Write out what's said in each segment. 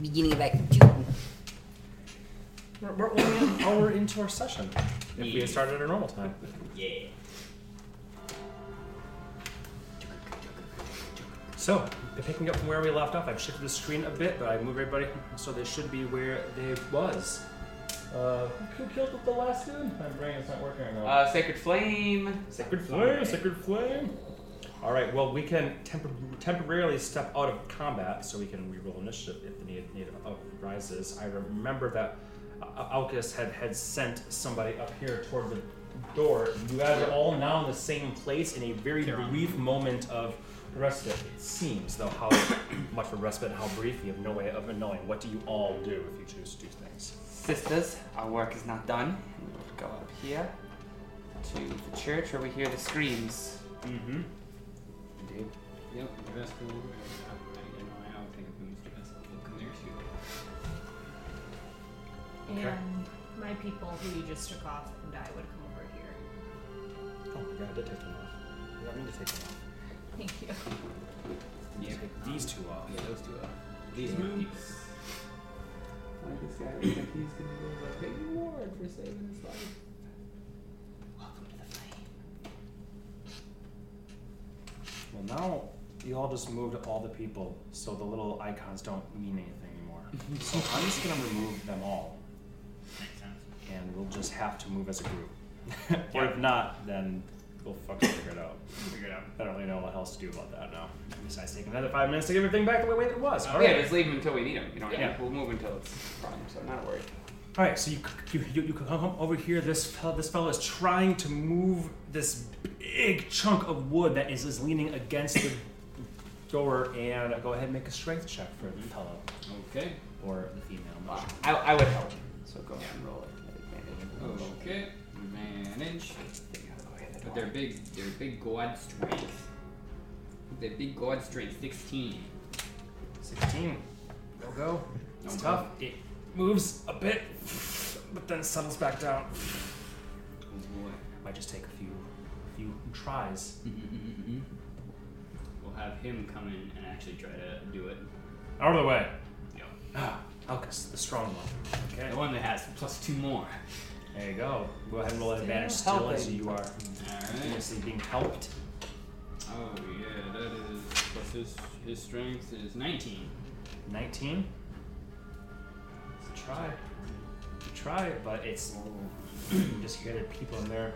beginning of Act Two. We're, we're only an hour into our session. If we had started at our normal time. Yeah. So, picking up from where we left off, I've shifted the screen a bit, but I moved everybody so they should be where they was. Uh, who killed the last dude? My brain is not working right now. Uh, Sacred Flame. Sacred flame, sacred flame. All right. Well, we can tempor- temporarily step out of combat so we can reroll initiative if the need, need arises. I remember that uh, Alcus had had sent somebody up here toward the door. You guys are all now in the same place in a very brief moment of respite. It seems, though, how much of respite, and how brief, you have no way of knowing. What do you all do if you choose to do things? Sisters, our work is not done. We'll go up here to the church where we hear the screams. Mm-hmm. Indeed. Yep, the best will. I, I, you know, I don't think it was the best will come there too. Okay. And my people who you just took off and I would come over Oh here. my god, I did take them off. I didn't mean to take them off. Thank you. Yeah, Take these two off. yeah, those two are. These These are. moves. Like this guy looks like he's gonna go like, hey, Lord, for saving his life. Welcome to the flame. Well, now you all just moved all the people, so the little icons don't mean anything anymore. so I'm just gonna remove them all, and we'll just have to move as a group. or if not, then we'll fucking figure it out. Figure it out. I don't really know what else to do about that now. Besides taking another five minutes to get everything back the way it Uh, was. All Oh, yeah, right. just leave them until we need them. You know, Yeah. we'll move until it's prime, so not a worry. All right, so you you, you, you come over here. This fella, this fellow is trying to move this big chunk of wood that is, is leaning against the door, and uh, go ahead and make a strength check for the fellow Okay. or the female. I'm not I, I would help. So go ahead and roll it. Oh, Advantage. Okay. Manage. But There they're big. They're big god strength. They're big god strength. Sixteen. sure. Sixteen. Go go. It's No tough. It moves a bit, but then settles back down. Oh boy. Might just take a few few tries. Mm-mm-mm-mm-mm. We'll have him come in and actually try to do it. Out of the way. Yep. Ah, Alcus, the strong one. Okay. The one that has plus two more. There you go. Go ahead and roll an Still advantage still as helping. you are Alright. continuously being helped. Oh yeah, that is plus his his strength is nineteen. 19. It's a try. You try it, but it's. you just hear the people in there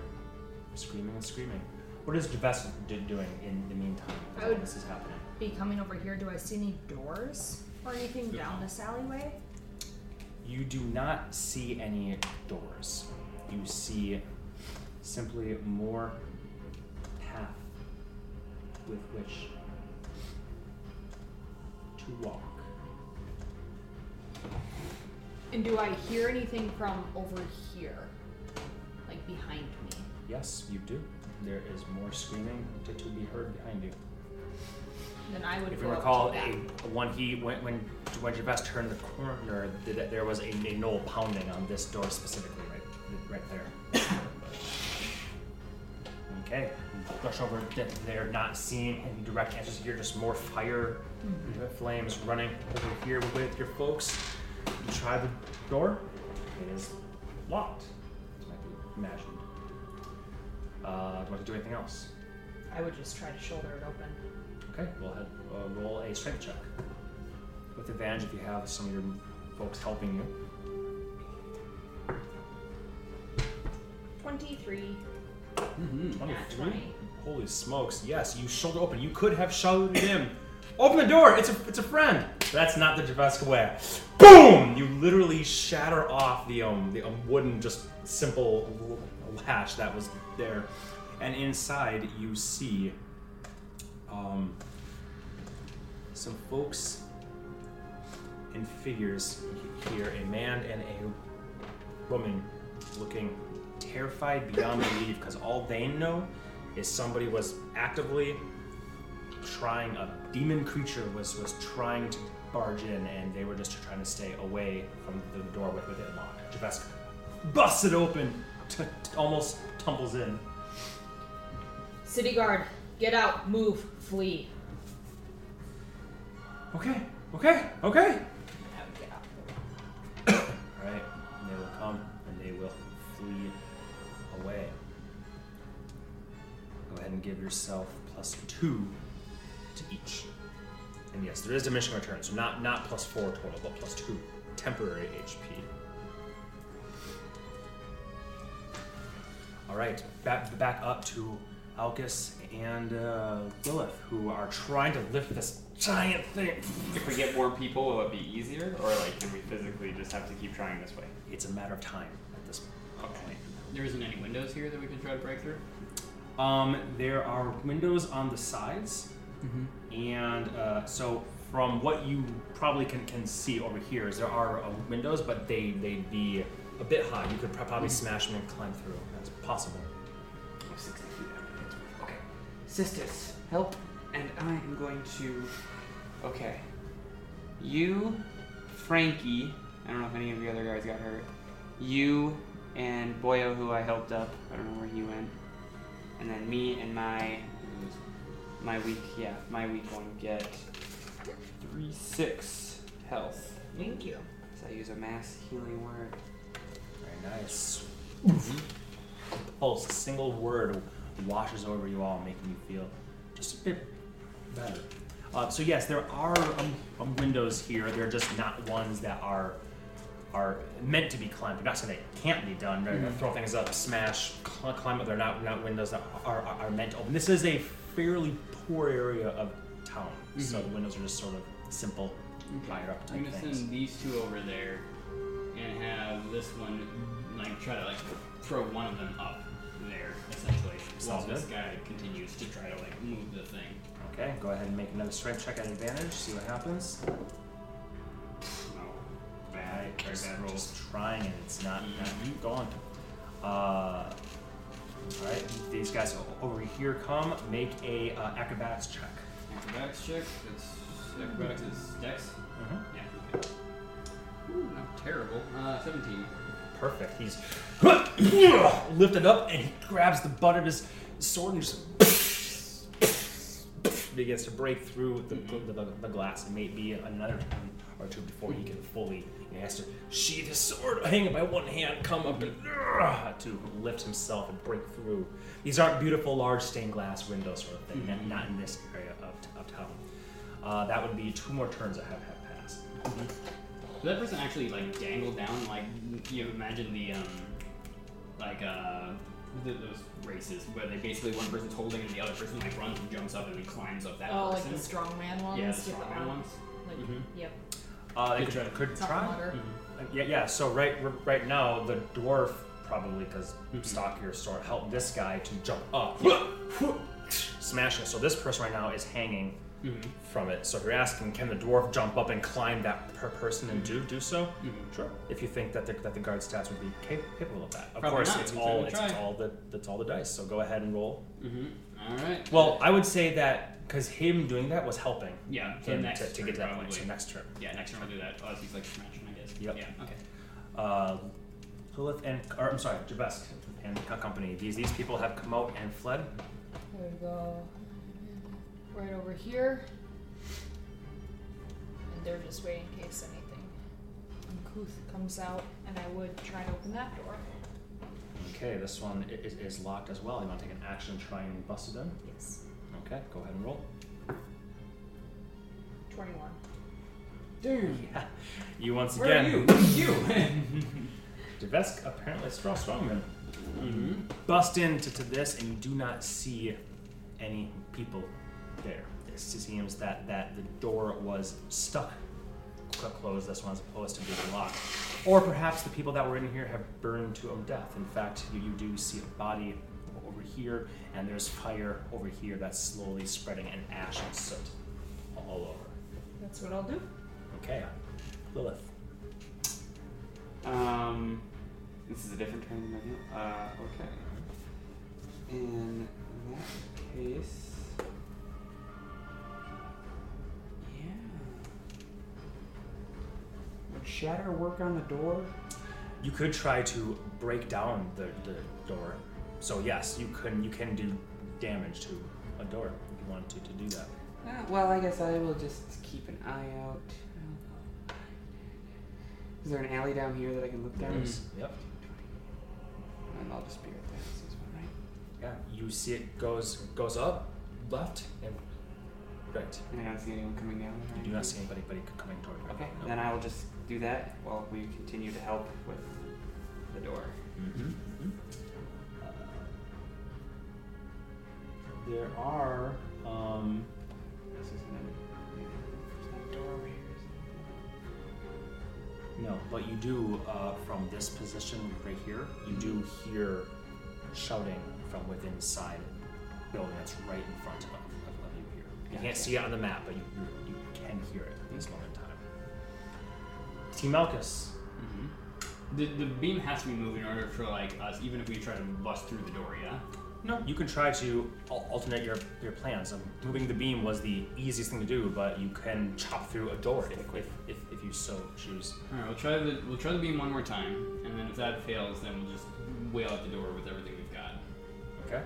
screaming and screaming. What is Javess d- doing in the meantime I while would- this is happening? Be coming over here. Do I see any doors or anything down this alleyway? You do not see any doors. You see simply more path with which to walk. And do I hear anything from over here, like behind me? Yes, you do. There is more screaming to, to be heard behind you. Then I would If you go up to recall, that. a, when he when when when Javest turned the corner, th- th- there was a, a knoll pounding on this door specifically, right right there. okay, you rush over. th- They're not seeing any direct answers here. Just more fire, Mm-hmm. uh, flames running over here with your folks. You try the door. It is locked. As might be imagined. Uh, do you want to do anything else? I would just try to shoulder it open. Okay, we'll head, uh, roll a strength check. With advantage if you have some of your folks helping you. Twenty-three. Mm-hmm. 23? 20. Holy smokes, yes, you shoulder open. You could have shouted at him, Open the door, it's a, it's a friend! That's not the Javesca way. Boom! You literally shatter off the, um, the um, wooden, just simple l- latch that was there. And inside, you see um, some folks and figures he- here a man and a woman looking terrified beyond belief because all they know is somebody was actively trying a demon creature was was trying to barge in and they were just trying to stay away from the door with, with it locked. Javeska busts it open, t- t- almost tumbles in. City guard, get out, move, flee. Okay, okay, okay. Okay. flee away. Go ahead and give yourself plus two to each. And yes, there is diminishing return, so not not plus four total, but plus two temporary HP. All right, back back up to Alcus and uh, Lilith, who are trying to lift this giant thing. If we get more people, will it be easier, or like can we physically just have to keep trying this way? It's a matter of time at this point. There isn't any windows here that we can try to break through. Um, there are windows on the sides, and uh, so from what you probably can, can see over here is there are uh, windows, but they they'd be a bit high. You could pro- probably smash them and climb through. That's possible. Oh, 60 feet out. Okay. Sisters, help. And I am going to. Okay. You, Frankie, I don't know if any of the other guys got hurt. You and Boyo, who I helped up. I don't know where he went. And then me and my. My weak, yeah, my weak one get 3 6 health. Thank you. So I use a mass healing word. Very nice. Pulse, a single word washes over you all, making you feel just a bit better. Uh, so yes, there are um, um, windows here. They're just not ones that are are meant to be climbed. I'm not saying they can't be done. They're gonna Throw things up, smash, cl- climb up. They're not not windows that are, are, are meant to open. This is a fairly poor area of town, so the windows are just sort of simple, higher up I'm type gonna things. send these two over there and have this one like try to like throw one of them up there essentially. Sounds While this good. guy continues to try to like move the thing. Okay, go ahead and make another strength check at advantage. See what happens. Oh, No. Bad, Bad, very just, bad rolls. just trying and it's not, not going. Uh, Alright, these guys o- over here come. Make a uh, acrobatics check. Acrobatics check. That's acrobatics is dex. Mhm. Yeah. Okay. Ooh, not terrible. Uh, 17. Perfect. He's lifted up and he grabs the butt of his sword and just begins to break through the, the, the, the glass. It may be another time or two before he can fully. He has to sheath his sword, hang it by one hand, come up to, to lift himself and break through. These aren't beautiful, large stained glass windows, sort of thing. not- Not in this area of, of town. Uh, that would be two more turns I have, have passed. So that person actually like dangled down like you imagine the um like uh th- those races where they basically one person's holding and the other person like runs and jumps up and then climbs up that Oh, like person. the strongman ones. yeah, the with the strongman arm? ones. Like, Mhm. yep. Uh, they Good could, could Top try. ladder. Uh, Yeah, yeah. So right, r- right now the dwarf probably because Mm-hmm. stockier sort helped this guy to jump up, smashing. So this person right now is hanging Mm-hmm. from it. So if you're asking, can the dwarf jump up and climb that per person and Mm-hmm. do do so? Sure. If you think that the, that the guard stats would be cap- capable of that, of Probably course not. it's We all could it's, try. it's all the that's all the dice. So go ahead and roll. Mm-hmm. All right. Well, I would say that because him doing that was helping yeah. So him next to, to get to that turn, point. So probably. next turn. Yeah, next turn we'll do that. Oh, he's like smashing, I guess. Yep. Yeah. Okay. uh, Lilith and, or I'm sorry, Jabesk and co- company. These these people have come out and fled. There we go. Right over here. And they're just waiting in case anything uncouth comes out, and I would try and open that door. Okay, this one i- is, is locked as well. You want to take an action, try and bust it in? Yes. Okay, go ahead and roll. 21. Damn. You once Where again, are you? You! Jabesk apparently strong strongman. Mm-hmm. Bust into to this, and you do not see any people there. It seems that that the door was stuck cl- closed. This one's supposed to be locked, or perhaps the people that were in here have burned to own death. In fact, you, you do see a body o- over here, and there's fire over here that's slowly spreading, and ash and soot all over. That's what I'll do. Okay, Lilith. Um, this is a different turn than I do. Uh, okay. In that case, yeah. Would shatter work on the door? You could try to break down the, the door. So yes, you can you can do damage to a door if you want to, to do that. Uh, well, I guess I will just keep an eye out. Mm-hmm. Mm. Is there an alley down here that I can look down? Yep. and I'll just be right there. This is one, right? Yeah, you see it goes goes up, left, and right. And I don't see anyone coming down. or You do not anything? see anybody anybody coming toward you. Okay, then I will just do that while we continue to help with the door. Mm-hmm. There are. Um, This is another. There's that door over here. No, but you do uh, from this position right here. You do hear shouting from within inside the building that's right in front of, of of you here. You can't see it on the map, but you, you, you can hear it at this moment in time. Team Malchus. the, the beam has to be moved in order for like us, even if we try to bust through the door. Yeah. No, you can try to al- alternate your, your plans. Um, moving the beam was the easiest thing to do, but you can chop through a door if, if, if, if you so choose. All right, we'll try the we'll try the beam one more time, and then if that fails, then we'll just wail out the door with everything we've got. Okay.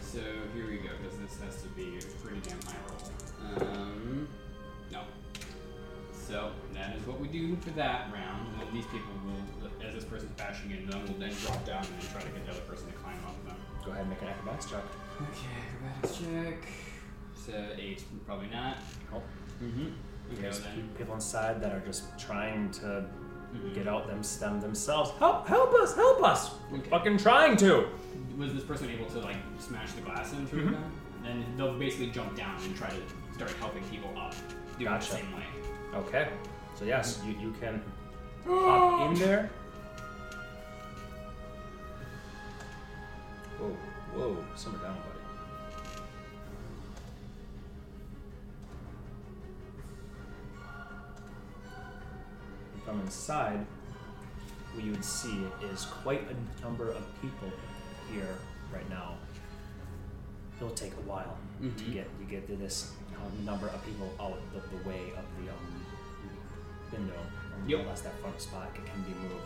So here we go, because this has to be a pretty damn high roll. Um, no. So that is what we do for that round. Well, these people will, as this person's bashing in them, will then drop down and then try to get the other person to climb up them. Go ahead and make an acrobatics check. Okay, acrobatics check. So eight, probably not. Nope. Mm-hmm. Okay, There's well then. people inside that are just trying to get out them stem themselves. Help! Help us! Help us! We're Okay. fucking trying to. was this person able to like smash the glass in through them? Then they'll basically jump down and try to start helping people up, doing Gotcha. the same way. Okay. So yes, you, you can hop in there. Whoa! Whoa! Simmer down, buddy. From inside, what you would see is quite a number of people here right now. It'll take a while to Mhm. get to get to this um, number of people out of the way of the um, window, um, Yep. unless that front spot can- can be moved.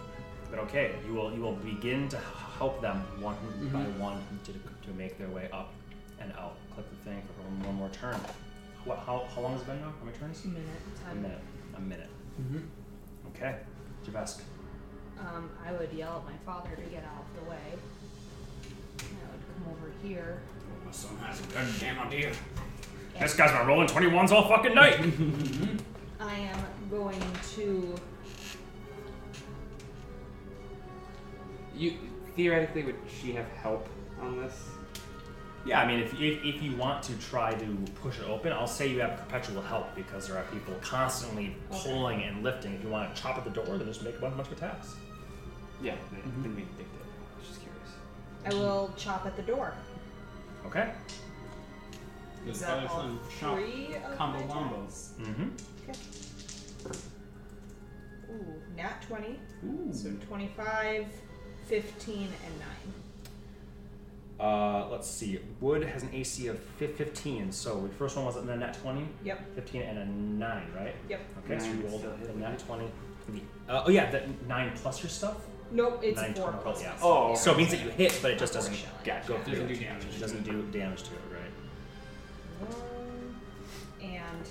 But okay, you will you will begin to h- help them one by one to, to make their way up and out. Click the thing for one, one more turn. What? How, how long has it been now? How many turns? minute A time. minute. A minute. Mhm. Okay, Javesk. Um, I would yell at my father to get out of the way. And I would come over here. Oh, my son has a goddamn idea. This guy's been rolling 21s all fucking night. I am going to. You theoretically would she have help on this? yeah, I mean, if, if, if you want to try to push it open, I'll say you have perpetual help because there are people constantly pulling and lifting. If you want to chop at the door, then just make a bunch bunch of attacks. Yeah, they didn't mean to dig that. I was just curious. I will chop at the door. Okay. His Is that father's all son shot three of combo my bombo. attacks? Mm-hmm. Ooh, nat 20. So 25, 15, and 9. Uh, let's see. Wood has an AC of fif- 15, so the first one was a nat 20, Yep, 15, and a 9, right? yep. Okay, so Nine you is rolled still a hit. nat 20. Uh, oh, yeah, that 9 plus your stuff. Nope, it's Nine, 4 twelve, plus. yeah. my Oh, spell. So it means that you hit, but it just doesn't Unfortunately. Gotcha. go through. Doesn't do damage. It doesn't do damage to it, right? One, And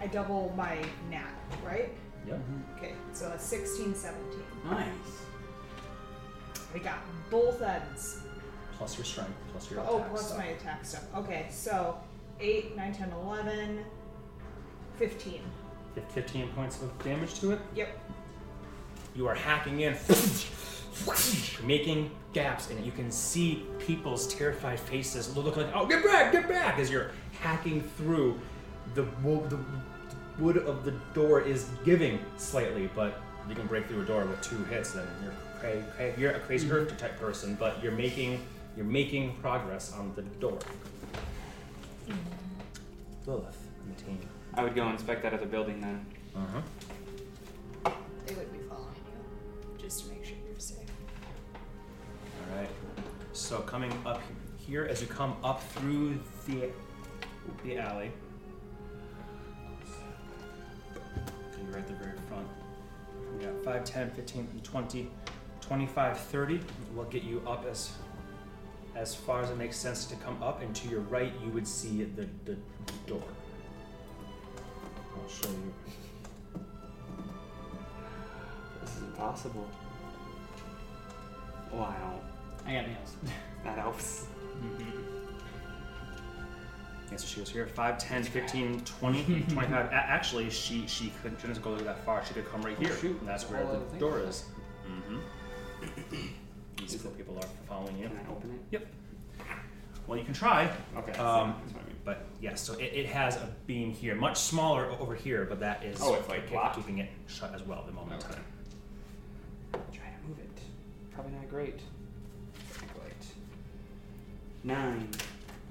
I double my nat, right? Yep. Okay, so that's 16, 17. Nice. We got both ends. Plus your strength, plus your Oh, attack plus stuff. my attack stuff. Okay, so 8, 9, 10, 11, 15. Fif- 15 points of damage to it. Yep. You are hacking in, making gaps in it. You can see people's terrified faces look like, oh, get back, get back, as you're hacking through. The, wo- the wood of the door is giving slightly, but you can break through a door with two hits, then you're, cra- cra- you're a crazy character type person, but you're making, you're making progress on the door. Lilith and the team. I would go inspect that other building then. Uh-huh. They would be following you, just to make sure you're safe. All right. So coming up here, as you come up through the the alley, you're right at the very front. We got 5, 10, 15, and 20, 25, 30. We'll get you up as as far as it makes sense to come up, and to your right, you would see the, the door. I'll show you. This is impossible. Wow, I got nails. that helps. Yeah, so she goes here 5, 10, 15, 20, 25. A- actually, she she could, she doesn't go that far. She could come Oh, right here. shoot. And that's where Well, I the think- door is. Mm-hmm. These cool people are following you. Can I open it? Yep. Well, you can try, Okay. that's- Um, that's what I mean. but yes, so it, it has a beam here, much smaller o- over here, but that is Oh, it's, like, blocked? keeping it shut as well at the moment in Okay. time. Try to move it. Probably not great. Acolyte. Nine.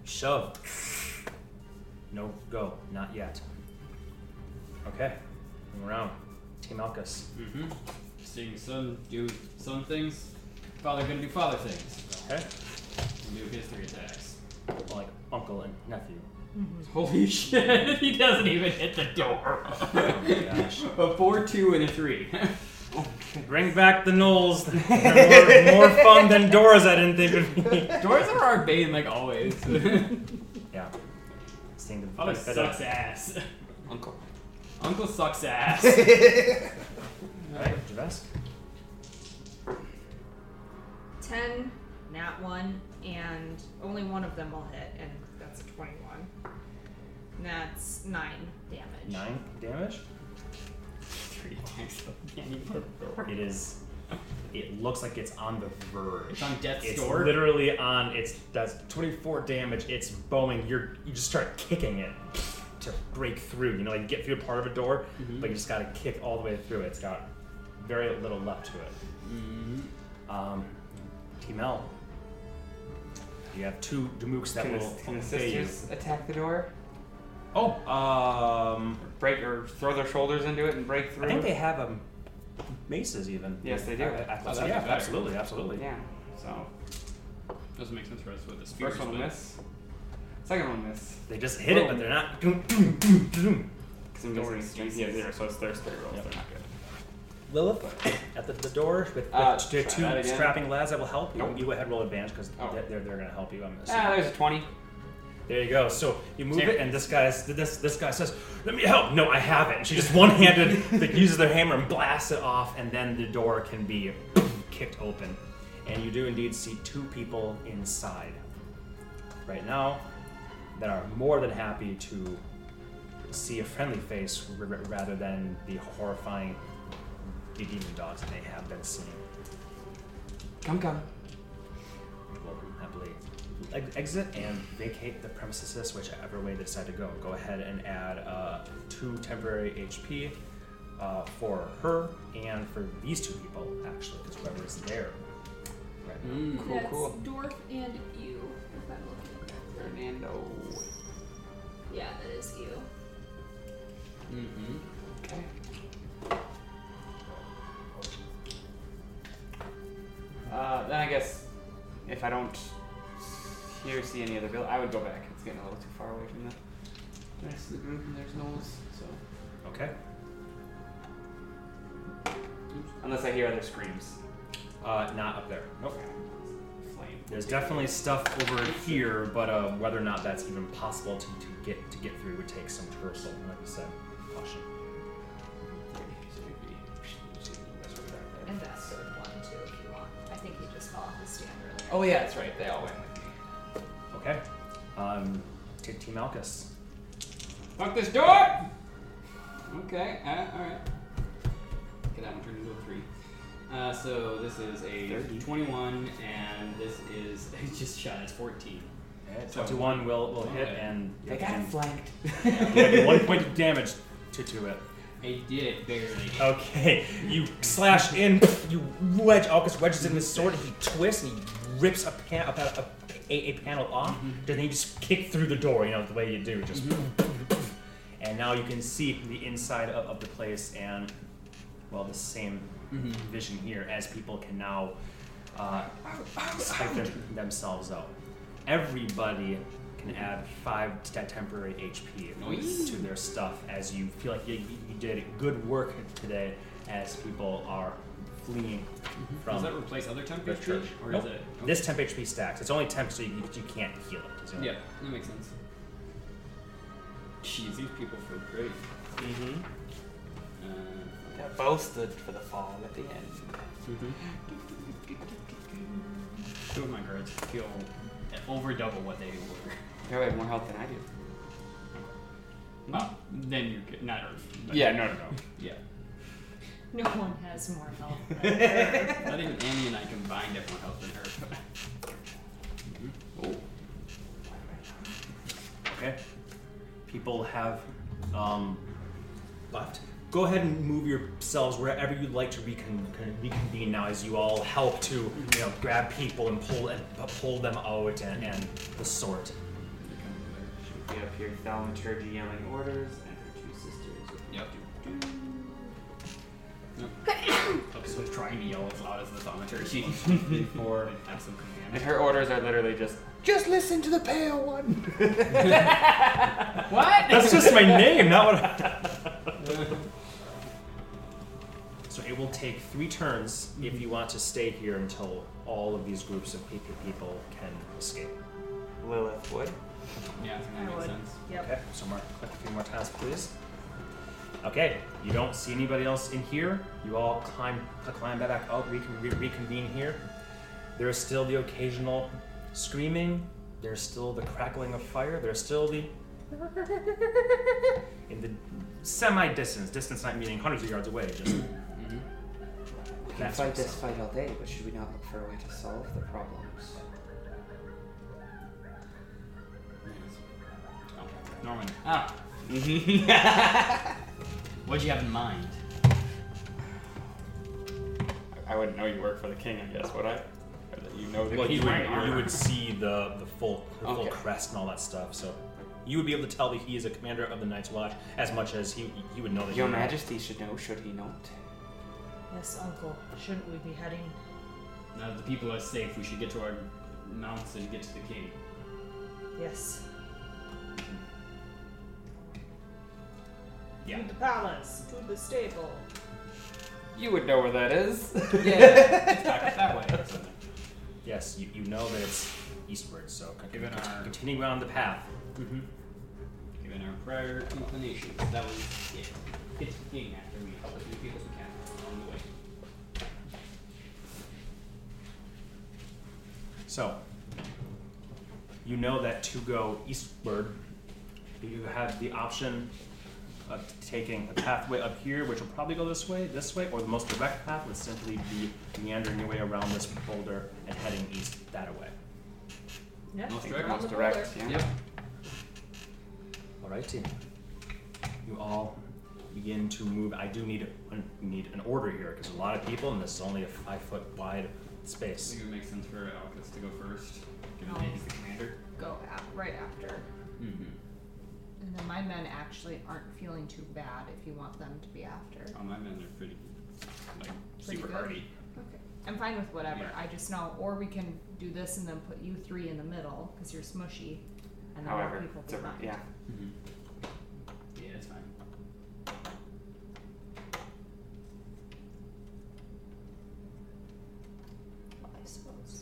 Shove. No go, not yet. Okay, moving around. Team Alcus. Mm. Mm-hmm. Seeing some do some things, father gonna do father things. Okay, New history attacks. like uncle and nephew. Holy shit! He doesn't even hit the door. gosh. a four, two, and a three. Bring back the Knolls. They're more, more fun than Doors. I didn't think would be. Doors are our bane, like always. Yeah. Seemed to Father fit it. sucks ass. Uncle. Uncle sucks ass. Right, Javesk? Ten, nat one, and only one of them will hit, and that's a twenty-one. And That's nine damage. Nine damage. three attacks. Can't even hit the door. It is. It looks like it's on the verge. It's on death's It's door. literally on. It's does 24 damage. It's bowing. You're you just start kicking it to break through. You know, like get through part of a door, Mm-hmm. but you just gotta kick all the way through. It's got very little left to it. Um, Team L. You have two Demooks that Can the, will can the obey you. sisters attack the door? Oh, um, Break or throw their shoulders into it and break through? I think they have um maces even. Yes, they do. I, I, I thought so. Oh, that'd be Yeah, better. absolutely, absolutely. Yeah. So Doesn't make sense for us with the spears. first one will but- miss. Second one will miss. They just hit it, but Boom. they're not. Doom, doom, doom, doom. Because I'm Don't worry, guessing it's strength. yeah, zero, so it's their straight rolls. Yep. They're not good. Lilith at the, the door with, with Uh, t- try two that again. strapping lads that will help. Nope. You go ahead, roll advantage because Oh. they're, they're, they're going to help you. I'm assuming. Ah, there's a twenty. There you go. So you move Damn. it, and this guy's this this guy says, "Let me help." No, I have it. And she just one handed like, uses their hammer and blasts it off, and then the door can be kicked open, and you do indeed see two people inside right now that are more than happy to see a friendly face r- r- rather than the horrifying demon dogs that they have been seeing. Come, come. They will happily ex- exit and vacate the premises, whichever way they decide to go. Go ahead and add uh, two temporary HP uh, for her and for these two people, actually, because whoever is there. Right. Mm. Cool, That's cool. Dwarf and you. If I'm looking at that. Fernando. Yeah, that is you. Mm-hmm. Okay. Uh, then I guess if I don't hear see any other bill, I would go back. It's getting a little too far away from the rest of the group, and there's noise. So Mm-hmm. Okay. unless I hear other screams. Uh, not up there. Nope. Flame. There's definitely stuff over here, but uh, whether or not that's even possible to, to get to get through would take some traversal, and like you said, caution. And that third one too, if you want. I think he just fell off the stand earlier. Oh yeah, that's right. They all went with me. Okay. Um, take Team Alcus. Fuck this door! Okay, uh, alright. Okay, that one turned into a three. Uh, so this is a 30. 21, and this is I just shot. It's 14. So- 21 will, will hit, Okay. and They got flanked. Yeah, one point of damage to, to it. I did barely. Okay, you slash in, you wedge, Alcus wedges in his sword, and he twists, and he rips a, pan, a, a, a, a panel off, and then you just kick through the door, you know, the way you do, just. Mm-hmm. And now you can see the inside of, of the place, and, well, the same vision here, as people can now uh, type them, themselves out. Everybody can add five t- temporary HP Nice. to their stuff as you feel like you, you did good work today as people are fleeing from Does Mm-hmm. that replace other temp the HP, church. Or Nope. is it? oh. okay. This temp HP stacks. It's only temp, so you, you can't heal it. is the only- Yeah, that makes sense. Jeez, these people feel great. mm-hmm. Uh, That boasted for the fall at the end. Mm-hmm. Two of my cards feel over double what they were. You have more health than I do. Well, then you're good. Not Earth. but- Yeah, no, no, no. Yeah. No one has more health than her. Not even Annie and I combined have more health than Earth. Okay. People have um, left. Go ahead and move yourselves wherever you'd like to recon- con- reconvene now, as you all help to, you know, grab people and pull and p- pull them out and, and the sort. Should be up here, thaumaturgy yelling orders, and her two sisters. Yep. I'm Oh, so trying to yell as loud as the thaumaturgy. she before and have some And command. her orders are literally just, just listen to the pale one. What? That's just my name, not what. I... so it will take three turns if you want to stay here until all of these groups of pe- people can escape. Lilith would. Yeah, I think that I makes would. sense. Yep. Okay, so mark click a few more times, please. Okay, you don't see anybody else in here. You all climb uh, climb back up, recon, re- reconvene here. There is still the occasional screaming. There's still the crackling of fire. There's still the in the semi distance, distance not meaning hundreds of yards away, just We can That's fight awesome. this fight all day, but should we not look for a way to solve the problems? Oh, Norman. Ah. What'd you have in mind? I, I wouldn't know you work for the king, I guess, would I? Or that you know the Well, king. you would, wearing armor. you would see the, the full the full Okay. crest and all that stuff, so you would be able to tell that he is a commander of the Night's Watch as much as he he would know that Your he Majesty should know, should he not? Yes, Uncle. Shouldn't we be heading? Now that the people are safe, we should get to our mounts and get to the king. Yes. Yeah. To the palace. To the stable. You would know where that is. Let's back up that way or something. Yes, you, you know that it's eastward, so con- Given con- our- continuing on the path. Mm-hmm. Given our prior inclinations, that was it. Get to the king after we help as many people as we can along the way. So you know that to go eastward, you have the option of taking the pathway up here, which will probably go this way, this way, or the most direct path would simply be meandering your way around this boulder and heading east that way. Yeah. Most we're direct, on most the Direct, boulder. yeah. Yep. Alrighty. You all begin to move. I do need a, need an order here because a lot of people, and this is only a five foot wide I space. think it would make sense for Alcus to go first, given No. that he's the commander. Go out right after. Mm-hmm. And then my men actually aren't feeling too bad if you want them to be after. All my men are pretty, like, Pretty super good. hardy. Okay. I'm fine with whatever. Yeah. I just know, or we can do this and then put you three in the middle because you're smushy, and then let However, people it's a, behind. yeah. Mm-hmm. Yeah, that's fine. Well, I suppose.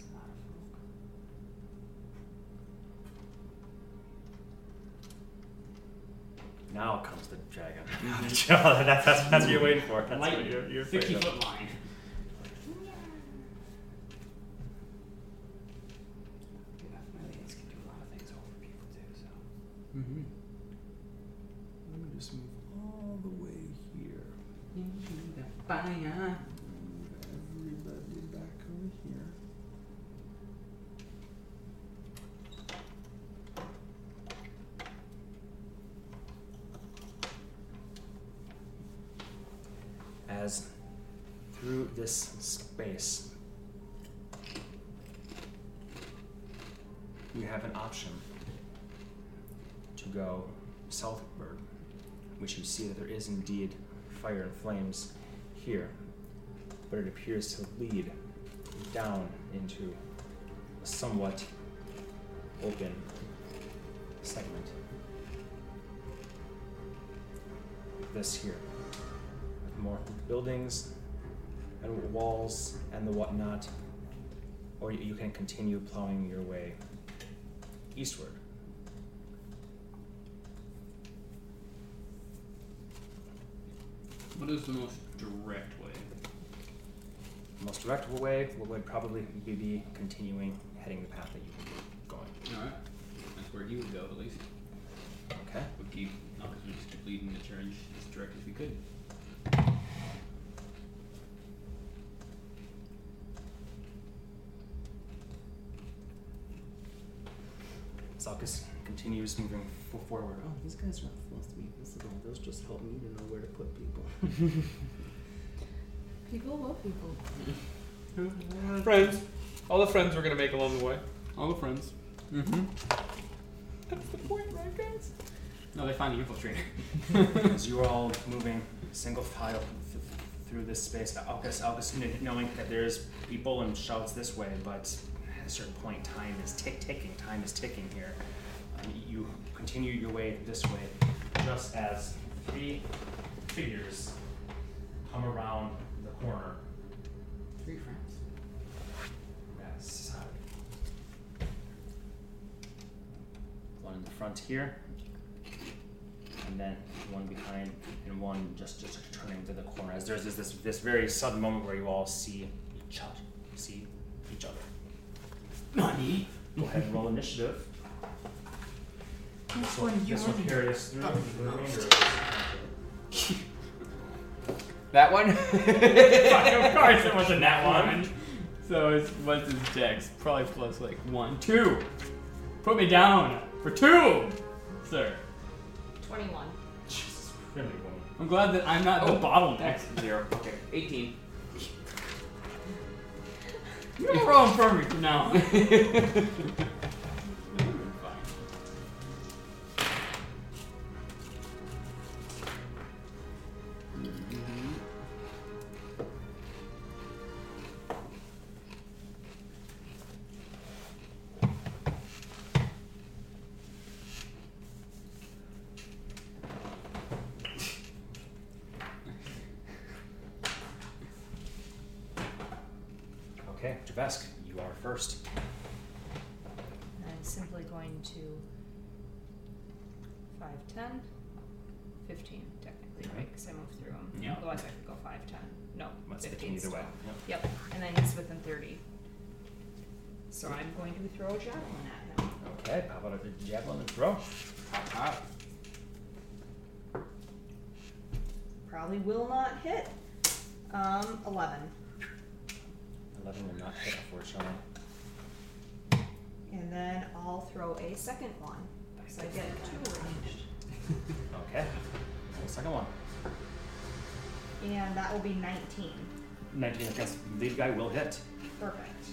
Now comes the dragon. that's, that's, that's what you're waiting for. That's what Lightning, you're, you're afraid 50 of. foot line. Yeah, Millions can do a lot of things over people too, so. Mm-hmm. I'm gonna just move all the way here. Fire. Move everybody back over here. as through this space you have an option to go southward which you see that there is indeed fire and flames here but it appears to lead down into a somewhat open segment this here with more buildings and walls and the whatnot, or you- you can continue plowing your way eastward. What is the most direct way? most direct way would probably be- be continuing heading the path that you were going. Alright. That's where he would go, at least. Okay. Would keep, obviously, just keep leading the charge as direct as we could. Salkus continues moving f- forward. Oh, these guys are not supposed to be visible. Those just help me to know where to put people. People love people. friends. All the friends we're gonna make along the way. All the friends. Mm-hmm. That's the point, right, guys? No, they find the infiltrator. As you are all moving single file th- th- through this space, Alcus, Alcus, kn- knowing that there's people and shouts this way, but at a certain point, time is tick ticking. Time is ticking here. Um, you continue your way this way, just as three figures come around the corner. Three friends. That's side. One in the front here, and then one behind, and one just just turning to the corner. As there's this this, this very sudden moment where you all see each other, see each other. Nani? Go ahead and roll initiative. This one, this will carry us through the remainder. of this. That one? Fuck, of course, it wasn't that one. So it's what's his dex? Probably plus like one, two. Put me down for two, sir. 21. Jesus, really, woman. I'm glad that I'm not the Oh, bottleneck. That's zero. Okay. 18. You don't roll in front of me from now. on. Okay, Javesk, you are first. I'm simply going to 5, 10, 15 technically, right? Because I moved through them. Yeah. Otherwise I could go 5, 10. No, Let's 15 either way. still. Yep. Yep, and then he's within 30. So I'm going to throw a javelin at him. Okay, pop out a javelin and throw. Probably will not hit. Um, 11. 11 will not hit, unfortunately. And then I'll throw a second one. So I get two ranged. Okay. So second one. And that will be 19. 19 against lead guy will hit. Perfect.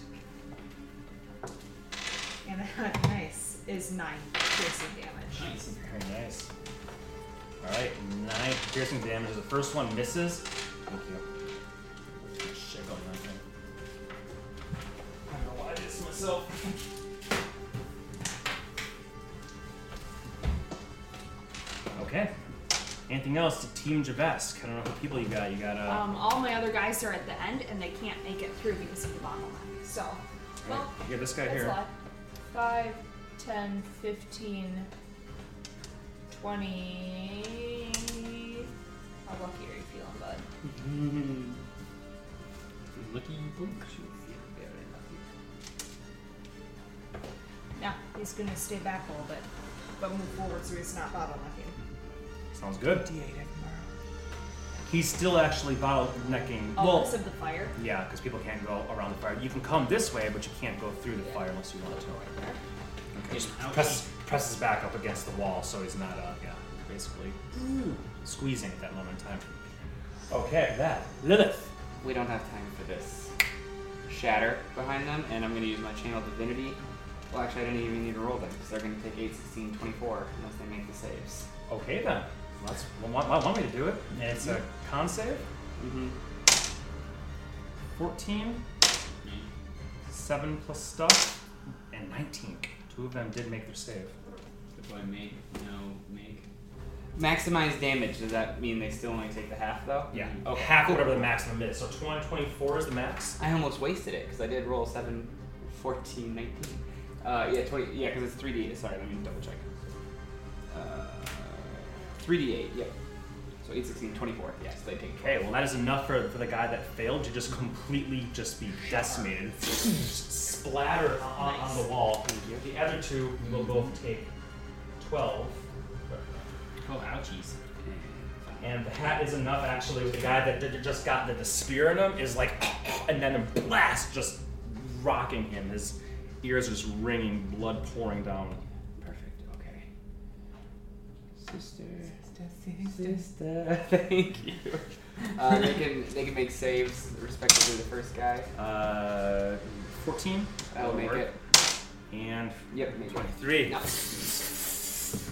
And that, nice, is 9 piercing damage. Nice. Very nice. Alright, 9 piercing damage. The first one misses. Thank you. Shit going on here. I don't know why I did this to myself. Okay. Anything else to Team Javesk? I don't know what people you got. You got uh, Um, all my other guys are at the end and they can't make it through because of the bottleneck. So, well, you got this guy That's a here. lot. 5, 10, 15, 20. How lucky are you feeling, bud? Lucky Yeah, he's gonna stay back a little bit. but move forward so it's not bottlenecking. Sounds good. D8 everywhere. He's still actually bottlenecking. Oh, well, because of the fire? Yeah, because people can't go around the fire. You can come this way, but you can't go through the fire unless you want to. Okay. Just Ouch. presses, presses back up against the wall, so he's not, uh, yeah, basically squeezing at that moment in time. Okay, that. Lilith. We don't have time for this. Shatter behind them, and I'm gonna use my channel divinity. Well, actually, I didn't even need to roll them because they're gonna take 8, 16, 24 unless they make the saves. Okay then. That's one, one, one way to do it. And it's a con save. Mm-hmm. 14, 7 plus stuff, and 19. Two of them did make their save. If I make, no, make. Maximize damage. Does that mean they still only take the half though? Yeah. Oh, Half of whatever the maximum is. So 20, 24 is the max. I almost wasted it because I did roll 7, 14, 19. Uh, yeah, 20. Yeah, because it's 3d8. Sorry, let me double check. Uh, 3d8, yep. So So 8, 16, 24. Yes, they take 12. Okay, well that is enough for, for the guy that failed to just completely just be decimated, splatter on, on the wall. Thank The other two will both take twelve, Oh, ouchies. and the hat is enough actually. With the guy that, that just got the, the spear in him is like, and then a blast just rocking him. His ears are just ringing, blood pouring down. Perfect. Okay. Sister. Sister. Sister. Thank you. Uh, they can they can make saves respectively. The first guy Uh, fourteen. that'll make work. it. And Yep, make it. twenty-three. No.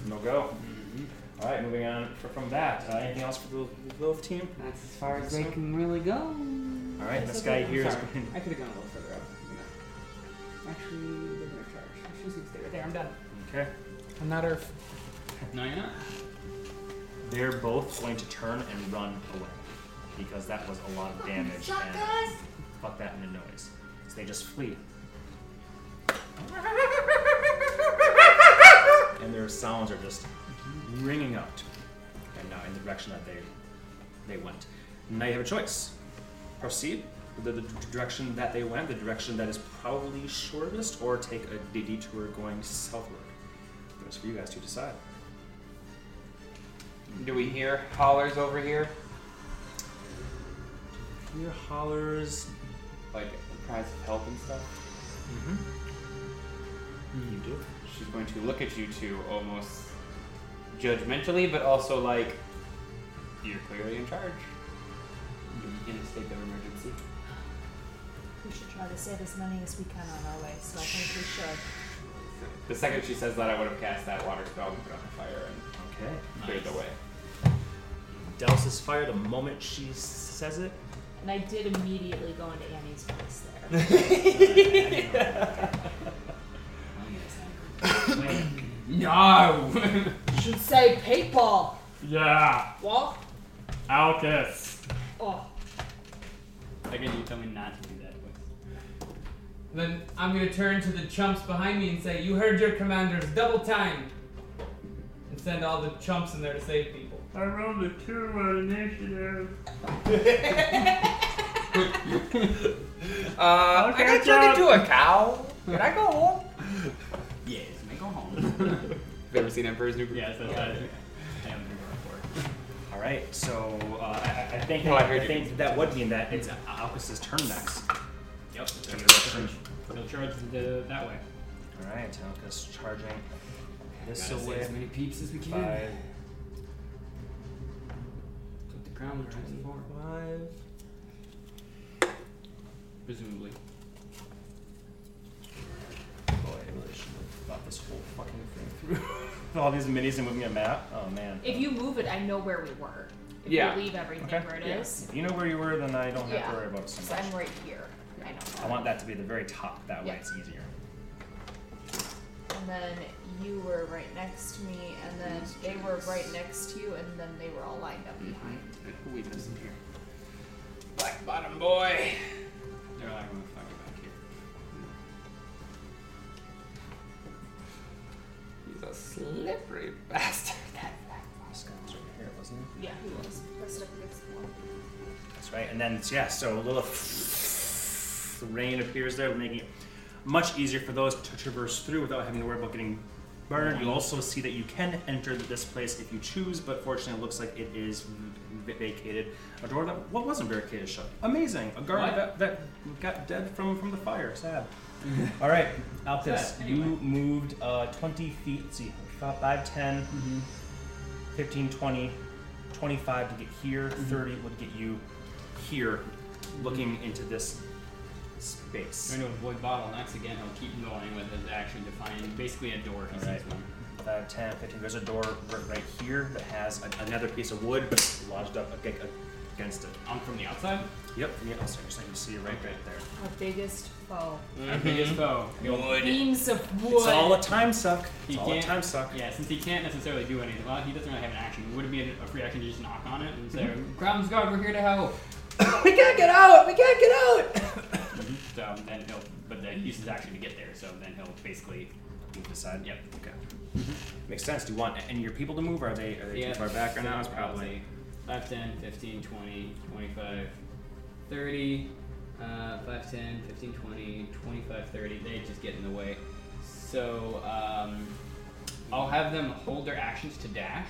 No go. Mm-hmm. All right, moving on fr- from that. Uh, anything else for the the Lilith team? That's as far as they can really go. All right, this guy I'm here is sorry. going. I could have gone a little further up. No. Actually, they're gonna charge. She's gonna stay right there. I'm done. Okay. I'm not Earth. No, you're not. They're both going to turn and run away because that was a lot of damage. And fuck that in the noise. So they just flee. And their sounds are just ringing out, and now in the direction that they they went. Now you have a choice: proceed with the, the direction that they went, the direction that is probably shortest, or take a detour going southward. But it's for you guys to decide. Do we hear hollers over here? Your hollers. Like cries of help and stuff. Mm-hmm. You do. She's going to look at you two almost judgmentally, but also like you're clearly in charge. You're in a state of emergency. We should try to save as many as we can on our way, so I think we should. The second she says that, I would have cast that water spell and put out the fire and Okay. cleared the way. Dallas' fire the moment she says it. And I did immediately go into Annie's voice there. No! you should say paintball! Ah. yeah! What? Alcus! Oh, Again, you tell me not to do that voice. Then I'm gonna turn to the chumps behind me and say, "You heard your commanders. Double time!" And send all the chumps in there to save people. I rolled a two on initiative. Uh, Okay, got turned John. into a cow. Can I go home? Yes, may go home. Have you ever seen Emperor's New Groove? yes, that's what I was- I am going All right. So uh, I, I- I think No, I heard you. think that would mean that it's Alcus's turn next. for. Yep, that's Turn what to I'm direction. He'll charge the, that way. All right. Alcus charging this Gotta save away. as many peeps as we can. Five, Put the crown drives it forward. five. Presumably. Boy, I really should have thought this whole fucking thing through. With all these minis and moving a map. Oh man. if you move it, I know where we were. If Yeah. you leave everything Okay. where it Yeah. is, If you know where you were, then I don't have Yeah. to worry about it so so much. I'm right here. I know. I want that to be the very top. That way, Yeah. it's easier. And then you were right next to me, and then they were right next to you, and then they were all lined up Mm-hmm. behind. Who we missing here? Black Bottom Boy. They're like, I'm gonna fuck it back here. He's a slippery bastard. That black. This guy was right here, wasn't he? Yeah, he was pressed up against the wall. That's right. And then, yeah, so Lilith, the rain appears there, making it much easier for those to traverse through without having to worry about getting burned. You also see that you can enter this place if you choose, but fortunately, it looks like it is v- vacated. A door that what wasn't barricaded is shut. Amazing. A guard that, What? that got dead from, from the fire. Sad. All right, Alpis, Sad, you anyway. moved uh, 20 feet. Let's see, 5, 10, Mm-hmm. 15, 20, 25 to get here, 30 would get you here, Mm-hmm. looking into this space. Trying to avoid bottlenecks again, he'll keep going with his action to find basically a door if he Alright. sees one. 5, 10, 15. There's a door r- right here that has a, another piece of wood lodged up ag- ag- against it. Um, from the outside? Yep, from the outside, so you can see it right, right there. Our biggest foe. Our biggest foe. Beams of wood. It's all a time suck. It's You all a can't- time suck. Yeah, since he can't necessarily do anything, well, he doesn't really have an action. Would it be a, a free action to just knock on it and say, Crown's God, we're here to help? We can't get Oh, out. We can't get out. So then he'll, but then he uses action to get there, so then he'll basically, You decide. yep. Mm-hmm. Okay. Makes sense. Do you want any of your people to move? Are they are they too far back or not? It's probably 5, 10, 15, 20, 25, 30, uh, 5, 10, 15, 20, 25, 30. They just get in the way. So um, I'll have them hold their actions to dash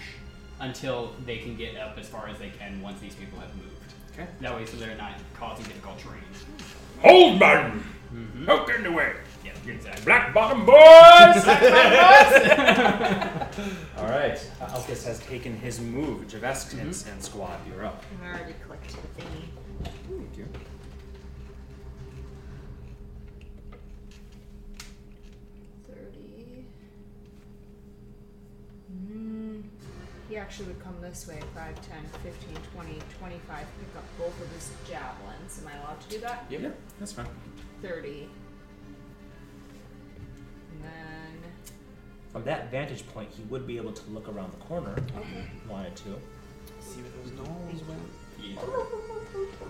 until they can get up as far as they can once these people have moved. Okay. That way, so they're not causing difficult terrain. Hold man! Poke in the way! Yeah, exactly. Black bottom boys! Alright, Alkis Uh, has taken his move. Javesk and, and squad, you're up. I already clicked the thingy. Thirty. Mm, He actually would come this way 5, 10, 15, 20, 25, pick up both of his javelins. Am I allowed to do that? Yep. Yeah, that's fine. 30. And then. From that vantage point, he would be able to look around the corner if he wanted to. See what those gnolls went. Yeah.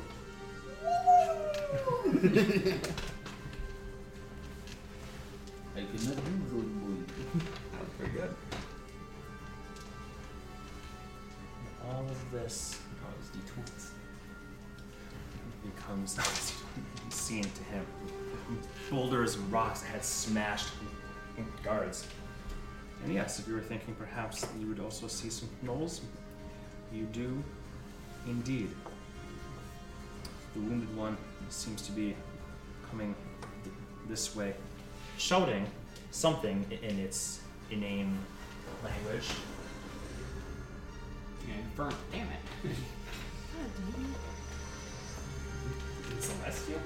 I cannot do good boy. That was pretty good. All of this Oh, it's d20s. becomes seen to him. Boulders and rocks that had smashed guards. And yes, if you were thinking perhaps that you would also see some gnolls, you do indeed. The wounded one seems to be coming th- this way, shouting something i- in its inane language. Confirm. Damn it. Celestial?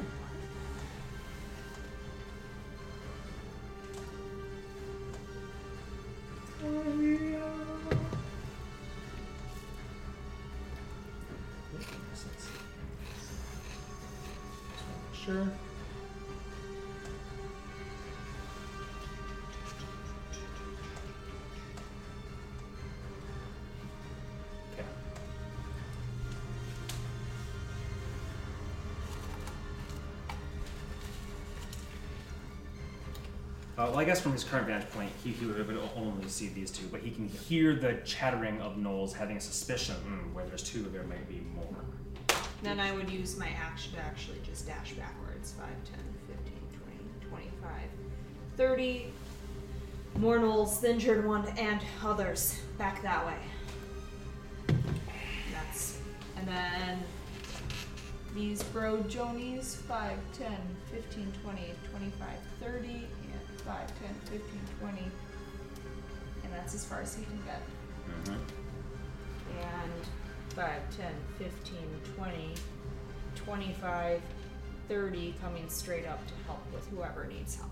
Sure. Okay. Uh, well, I guess from his current vantage point, he, he would have been only see these two, but he can hear the chattering of Knowles, having a suspicion mm, where there's two, there might be more. Then I would use my action to actually just dash backwards 5, 10, 15, 20, 25, 30. More gnolls, the injured one, and others back that way. That's. And then these bro jonies 5, 10, 15, 20, 25, 30, and 5, 10, 15, 20. And that's as far as he can get. and 5, 10, 15, 20, 25, 30 coming straight up to help with whoever needs help.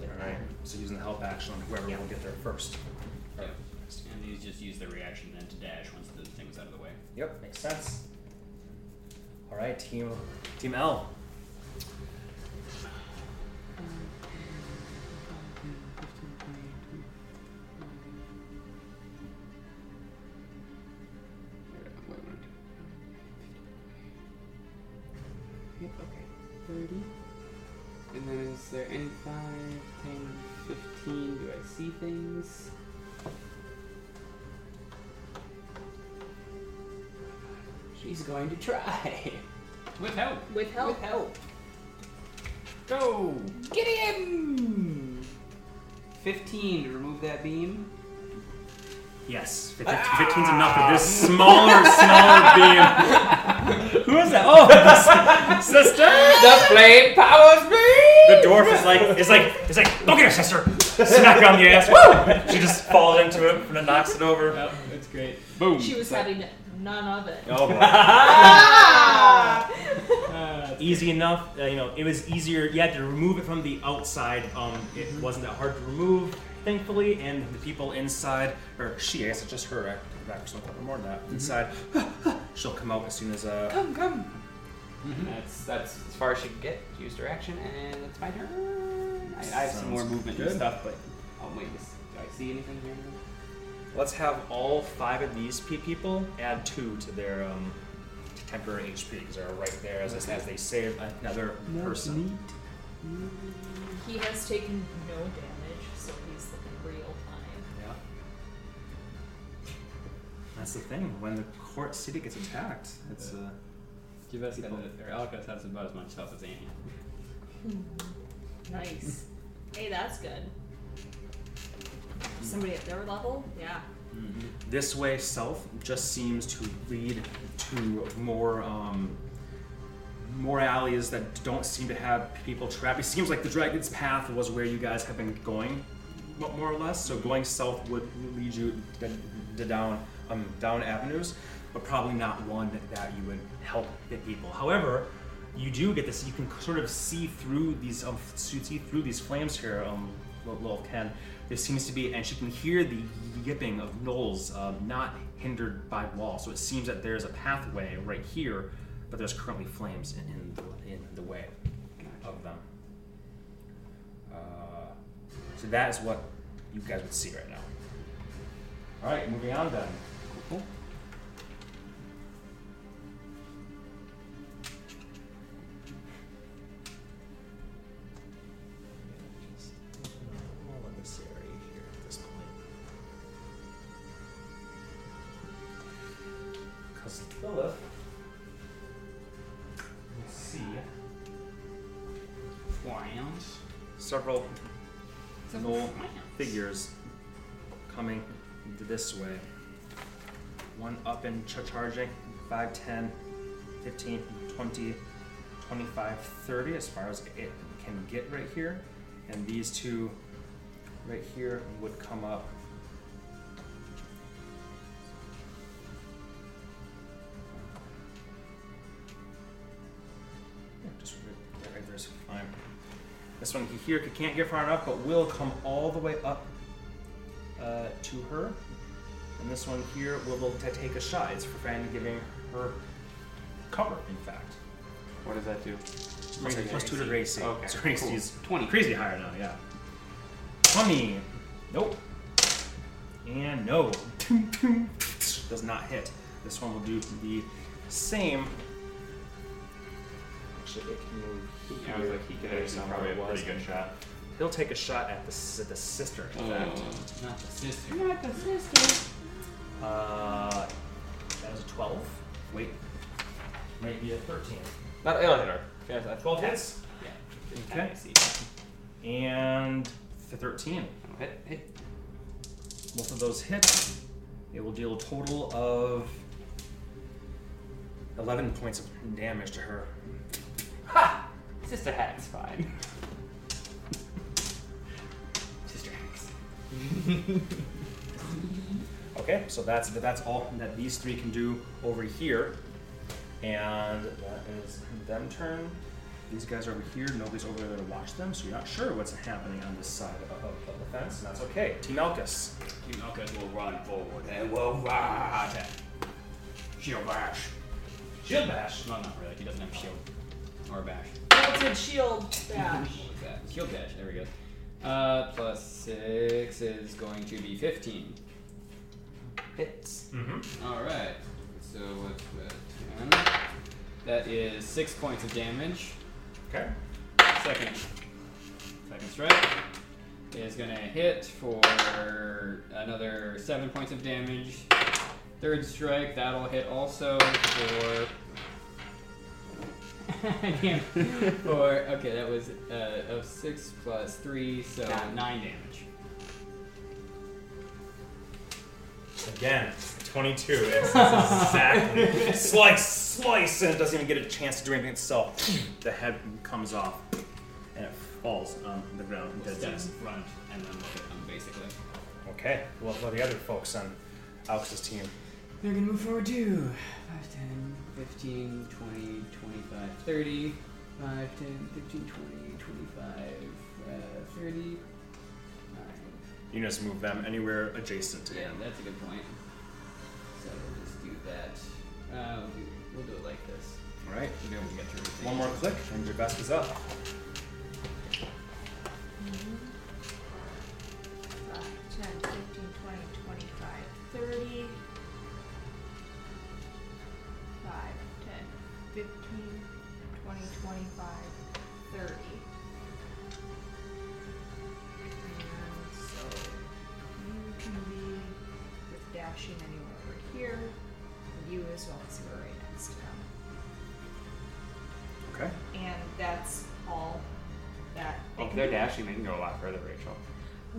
With All right. So using the help action on whoever Yeah. will get there first. Yeah. And these just use the reaction then to dash once the thing was out of the way. Yep, makes sense. All right, team team L. Yep, okay. 30. And then is there any 5, 10, 15? Do I see things? She's going to try. With help! With help. With help. Go! Get him! 15 to remove that beam. Yes, 15's enough for this smaller, smaller beam. Who is that? Oh, the s- sister. The flame powers me! The dwarf is like, is like, is like, look at her, sister. Smack on the ass. Woo! She just falls into it and then knocks it over. Oh, that's great. Boom. She was having none of it. Oh boy. Ah! Uh, Easy enough. Uh, you know, it was easier. You had to remove it from the outside. Um, it wasn't that hard to remove, thankfully. And the people inside, or she, I guess it's just her, right? back or something more than that. Inside, she'll come out as soon as uh, Come, come. Mm-hmm. That's that's as far as she can get. She used her action, and it's my turn. I, I have some more Sounds movement good. and stuff, but I'll wait. to s- Do I see anything here? Let's have all five of these pe- people add two to their um, temporary HP because they're right there as, as they save another person. He has taken no damage, so he's looking real fine. Yeah. That's the thing. When the court city gets attacked, it's uh, Give us kind of, or Alcatraz has about as much health as Annie. Nice. hey, that's good. Somebody at their level? Yeah. this way south just seems to lead to more um, more alleys that don't seem to have people trapped. It seems like the Dragon's Path was where you guys have been going, mo- more or less. So going south would lead you d- d- down um, down avenues, but probably not one that you would help the people. However, you do get this. You can sort of see through these um, f- see through these flames here. Um, Lo- Lil Ken. There seems to be, and she can hear the yipping of knolls, um, not hindered by walls. So it seems that there's a pathway right here, but there's currently flames in, in, the, in the way of them. Uh, so that is what you guys would see right now. All right, moving on then. all in this area here at this point. Because Lilith, you see Flions. several knoll figures coming this way. One up and ch- charging, 5, 10, 15, 20, 25, 30 as far as it can get right here. And these two right here would come up. Yeah, just right, right there's fine. This one here can't get far enough, but will come all the way up uh, to her. And this one here will, will t- take a shot. It's for Fran giving her cover, in fact. What does that do? Plus, Raise plus your two to AC. Gracie. Okay, So Gracie's cool. 20. Crazy higher now, yeah. 20. Nope. And no. Does not hit. This one will do the same. Actually, it can move Yeah, I was like, he could There's actually probably a pretty somewhere good was. shot. Oh, He'll take a shot at the, s- at the sister, in fact. Not the sister. Uh, that was a 12. Wait. Might be a 13. Not it'll hit her. Yes, I 12 hits. That Okay. I see. And the 13. Hit, hit. Both of those hit. It will deal a total of 11 points of damage to her. Ha! Sister Hack's fine. Sister Axe. Okay, so that's that's all that these three can do over here, and that is them turn. These guys are over here. Nobody's over there to watch them, so you're not sure what's happening on this side of, of- of the fence, and that's okay. Team Elkus. You knockers will run forward. Eh, They will rush. Shield bash. Shield bash. No, not really. He doesn't have shield. Or a bash. Melted shield bash. What was that? Shield dash. There we go. Uh, plus six is going to be fifteen. Hits. Mm-hmm. All right. So what's that? Ten. That is six points of damage. Okay. Second. Second strike is gonna hit for another seven points of damage. Third strike that'll hit also for. Damn. for okay, that was uh, of six plus three, so Nine. nine damage. Again, 22. It's, it's exactly. slice, slice, and it doesn't even get a chance to do anything itself. The head comes off, and it falls on the ground. Dead Steps center. in front and then look at them basically. Okay. Well, for the other folks on Alex's team. They're gonna move forward too. 5, 10, 15, 20, 25, 30. 5, 10, 15, 20, 25, uh, 30. Alright. You can just move them anywhere adjacent to Yeah, him. that's a good point. So we'll just do that. Uh, we'll, do, we'll do it like this. All right. We'll be able to get through One more click, and your best is up. Five, ten, fifteen, twenty, twenty-five, thirty. Five, ten, fifteen, twenty, twenty-five, thirty. And so you can be dashing anywhere over here. here, you as well as you are right next to them. Okay. And that's all that. Oh, Well, if they're dashing, they can go a lot further, Rachel.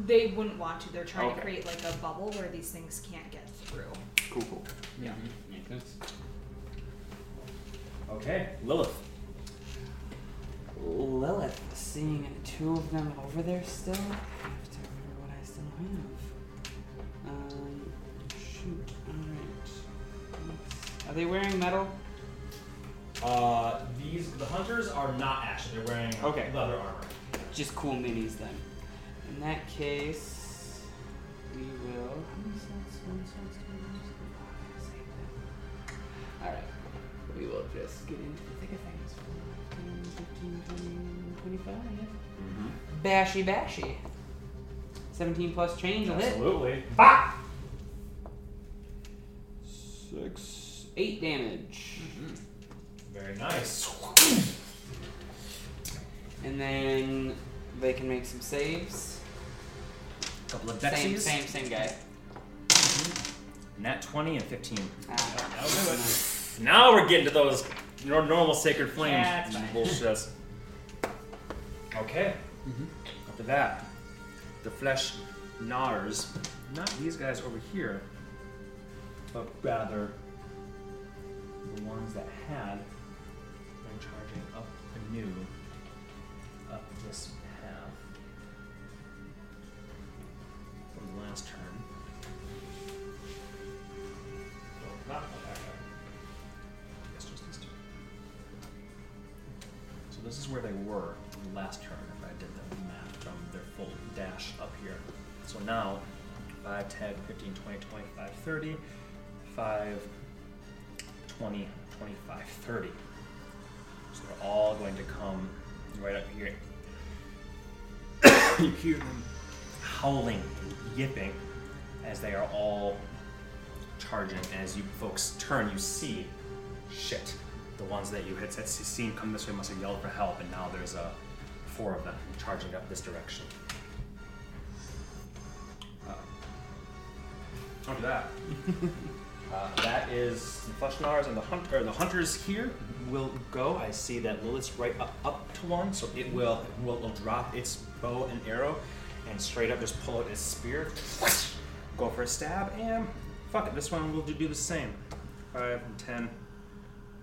They wouldn't want to. They're trying Okay. to create like a bubble where these things can't get through. Cool, cool. Yeah. Makes sense. Okay. Lilith. Lilith, seeing two of them over there still, I have to remember what I still have. Um, shoot, alright. Are they wearing metal? Uh, these the hunters are not ash. They're wearing Okay. leather armor. Just cool minis then. In that case, we will. How many slots? One slot, two slots, three slots, save that. Alright, we will just get into the thick of things. 15, 20, 25. Bashy bashy. 17 plus change will hit. Absolutely. Six. Eight damage. Very nice. And then they can make some saves. Couple of Same, dexies. same, same guy. Nat twenty and fifteen. Ah, Now we're getting to those nor- normal sacred flames Yeah, that's fine. bullshits. Okay. After that, the flesh gnars. Not these guys over here, but rather the ones that had. They're charging up anew, up this half from the last turn. Well, not back up. It's just these two. So this is where they were last turn if I did the math from their full dash up here. So now 5, 10, 15, 20, 25, 30, 5, 20, 25, 30. So they're all going to come right up here. you hear them howling and yipping as they are all charging. And as you folks turn, you see shit. The ones that you had said- seen come this way must have yelled for help, and now there's uh, four of them charging up this direction. Uh, Don't do that. uh, that is the Fleshnars and the hunt or the hunters here will go. I see that Lilith's right up, up to one, so it will, will will drop its bow and arrow and straight up just pull out its spear. Go for a stab and fuck it. This one will do, do the same. Five, ten,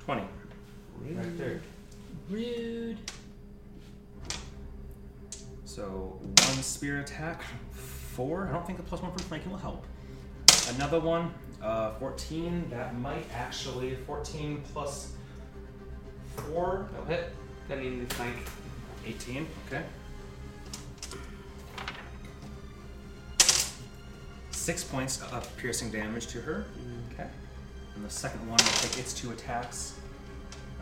20. Right there. rude. So one spear attack, four. I don't think the plus one for flanking will help. Another one, uh, 14. That might actually 14 plus four, That'll hit. Doesn't even flank. 18. Okay. Six points of piercing damage to her. Okay. And the second one will take its two attacks.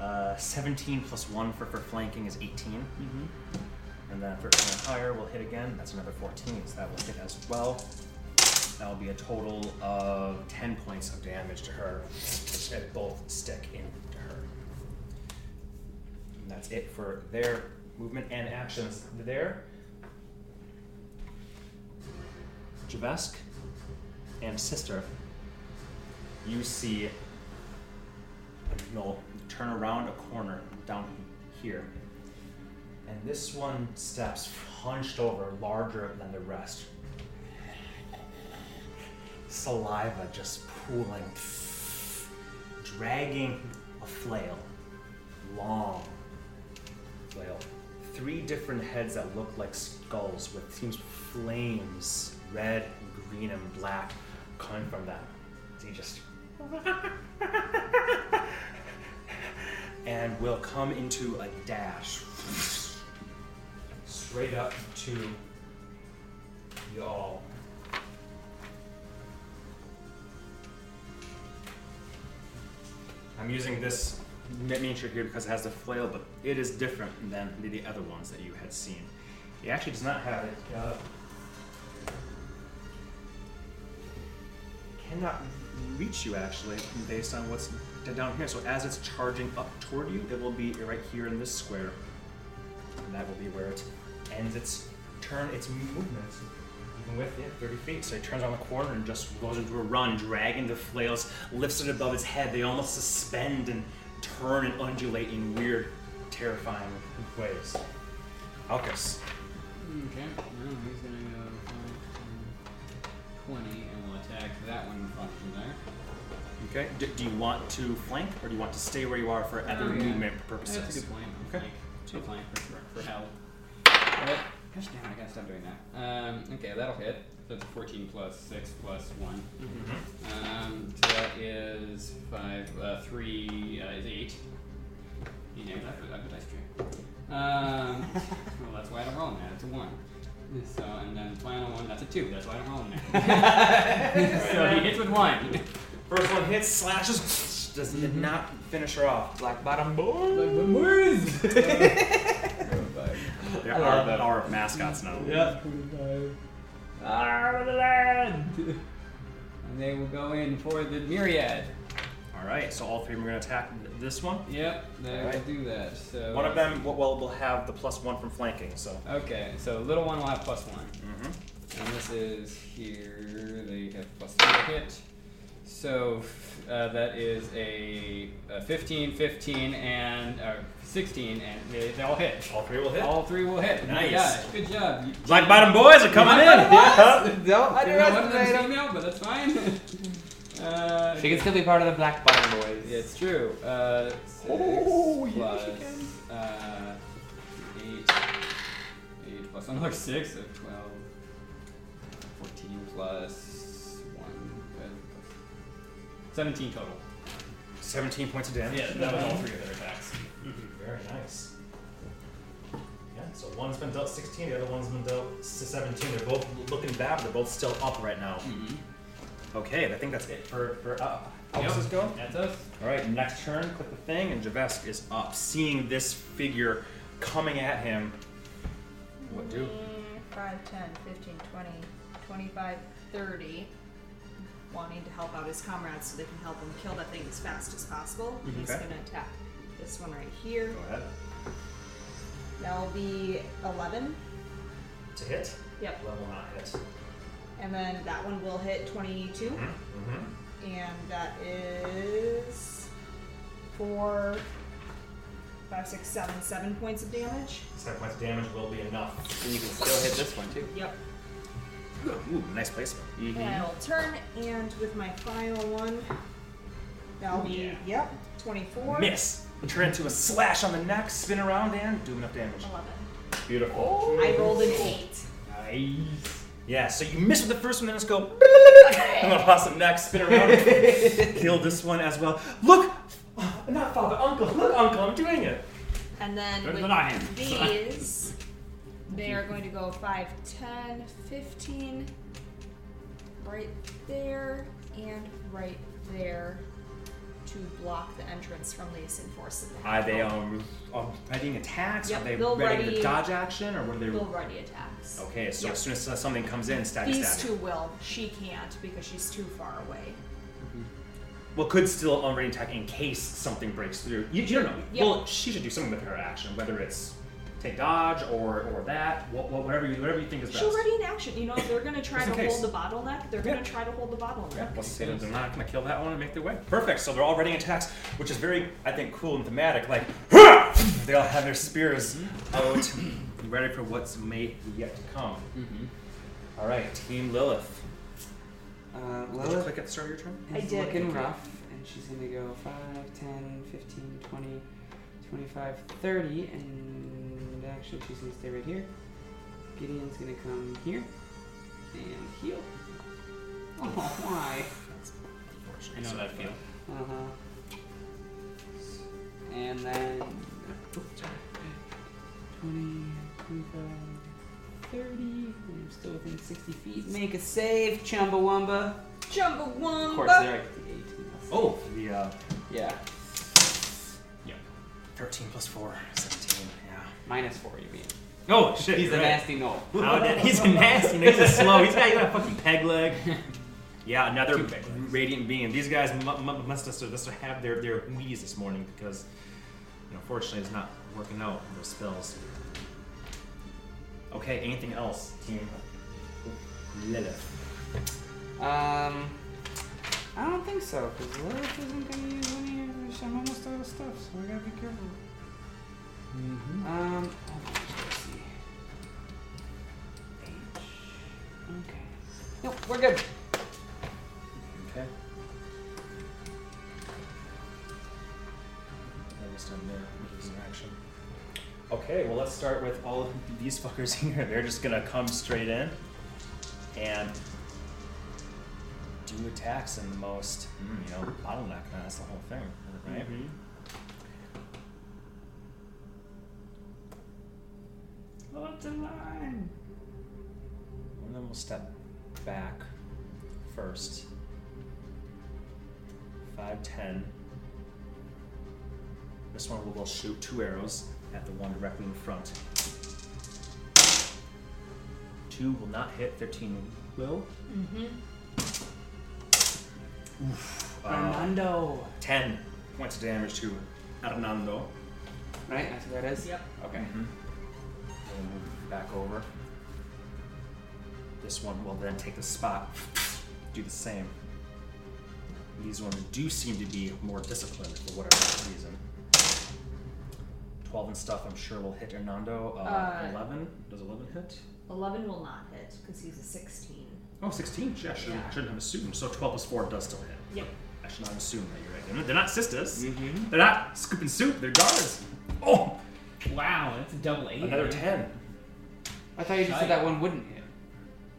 Uh, 17 plus one for, for flanking is 18. Mm-hmm. And then 13 or higher will hit again. That's another 14, so that will hit as well. That will be a total of 10 points of damage to her. It both stick into her. And that's it for their movement and actions there. Javesk and Sister, you see They'll turn around a corner down here and this one steps hunched over, larger than the rest. Saliva just pooling, dragging a flail, long flail. Three different heads that look like skulls with seems flames, red, green, and black, coming from them. He just and will come into a dash straight up to y'all. I'm using this miniature here because it has the flail, but it is different than the- the other ones that you had seen. It actually does not have it. Uh, cannot reach you actually based on what's d- down here. So as it's charging up toward you, it will be right here in this square. And that will be where it ends its turn, its movement. And with, yeah, 30 feet. So he turns around the corner and just goes into a run, dragging the flails, lifts it above his head. They almost suspend and turn and undulate in weird, terrifying ways. Alcus. Okay, no, he's gonna go 5, 10, 20, and we'll attack that one from there. Okay. D- do you want to flank or do you want to stay where you are for other Oh, yeah. movement That's purposes? a good point. Okay. Like, two flank for, for, for hell. Uh, gosh damn, I gotta stop doing that. Um, okay, that'll hit. That's a 14 plus 6 plus 1. Mm-hmm. Um, so that is 5, uh, 3 uh, is 8. You know, I put, I put dice tray. Um, well, that's why I don't roll in that. It's a 1. So, and then final one, that's a 2. That's why I don't roll in that. so he hits with 1. First one hits, slashes, does not finish her off. Black bottom boy. Oh, There are, there are mascots now. Yep. Arm of the land! And they will go in for the myriad. All right, so all three of them are going to attack this one. Yep, they will Alright. do that. So One of them, well, well, will have the plus one from flanking, so. Okay, so little one will have plus one, Mm-hmm. and this is here. They have plus three to hit. So uh, that is a, a 15, 15, and uh, 16, and they, they all hit. All three will hit. All three will hit. Nice. Yeah, good job. You- Black Bottom Boys are coming in. Yeah. Don't I don't know what underestimate that's him. female, but that's fine. uh, She can still be part of the black bottom boys. Yeah, it's true. Uh, six Oh, yeah, she plus, can. uh, eight, eight plus another six of twelve. Fourteen plus one, but seventeen total. 17 points of damage. Yeah, that was all three of their attacks. Very nice. Yeah, so one's been dealt 16, the other one's been dealt s- 17. They're both looking bad, but they're both still up right now. Mm-hmm. Okay, and I think that's it for, for up. How Yep. does this go? That's us. All right, next turn, click the thing, and Javesk is up. Seeing this figure coming at him. What do? Mm, 5, 10, 15, 20, 25, 30. wanting to help out his comrades so they can help him kill that thing as fast as possible. He's Mm-hmm. Okay. going to attack this one right here. Go ahead. That'll be 11. To hit? Yep. Level not hit. And then that one will hit 22. Mm-hmm. And that is four, five, six, seven, seven points of damage. Seven points of damage will be enough. And you can still hit this one too. Yep. Ooh, nice placement. And I'll turn, and with my final one, that'll be, yep, 24. Miss. Turn into a slash on the neck, spin around, and do enough damage. 11. Beautiful. I rolled an 8. Nice. Yeah, so you miss with the first one, then just go. I'm gonna pass him next, spin around, kill this one as well. Look, Oh, not father, uncle. Look, uncle, I'm doing it. And then Better with than I am. these, they are going to go 5, 10, 15, right there, and right there to block the entrance from Lace and Force of the Are they um, um readying attacks? Yep, Are they they'll ready ready- to dodge action, or what are they? Will ready attacks. Oh, Okay, so Yep. as soon as uh, something comes in, stack These stack. two will. She can't because she's too far away. Well, could still already attack in case something breaks through. You, you don't know. Yep. Well, she should do something with her action, whether it's take dodge or or that, wha- wha- whatever you whatever you think is best. She's already in action. You know, if they're going to try Just in to case. hold the bottleneck, they're Yeah. going to try to hold the bottleneck. Yeah, let's say that they're not going to kill that one and make their way. Perfect. So they're all readying attacks, which is very, I think, cool and thematic. Like, they all have their spears out, ready for what's may yet to come. Mm-hmm. All right, Team Lilith. Uh, Did you Lilith click at the start of your turn? I is did. looking rough, and she's gonna go 5, 10, 15, 20, 25, 30, and actually she's gonna stay right here. Gideon's gonna come here and heal. Oh, why? I know that feel. Uh huh. And then 20, 25, 30. I'm still within 60 feet. Make a save, Chumbawamba. Of course, Chumbawamba! they're at 18. Oh, the uh, Yeah, 13 plus 4, 17. Yeah. minus 4, you mean. Oh, shit. He's you're a right. nasty knoll. How did- he's a nasty. He's a slow. He's got, he's got a fucking peg leg. Yeah, another radiant being. These guys mu- mu- must have must have their their Wheaties this morning because, you know, fortunately, it's not working out those spells. Okay, anything else, team? Lilith. Um, I don't think so, because Lilith isn't going to use any of this. I'm almost out of stuff, so I gotta be careful. Mm-hmm. Um, hold on, let's see. H. Okay. Nope, we're good. Okay. I was done uh, there. It was an action. Okay, well, let's start with all of these fuckers here. They're just gonna come straight in and do attacks in the most, mm, you know, bottleneck. Man, that's the whole thing, right? What's in line? And then we'll step back first. 5, 10. This one will will shoot two arrows at the one directly in front. 2 will not hit, 13 will. Mm-hmm. Oof. Uh, Armando. 10 points of damage to Hernando. Right, that's what that is? Yep. Okay. Mm-hmm. We'll move back over. This one will then take the spot, do the same. These ones do seem to be more disciplined for whatever reason. 12 and stuff, I'm sure, will hit Hernando. Uh, Uh, 11? Does 11 hit? 11 will not hit because he's a 16. Oh, 16. Yeah, I shouldn't, Yeah. shouldn't have assumed. So 12 plus 4 does still hit. Yep. I should not assume that you're right. They're not- They're not sisters. Mhm. They're not scooping soup. They're guards. Oh, Wow, that's a double eight. another man. 10. I thought you just said that one wouldn't hit.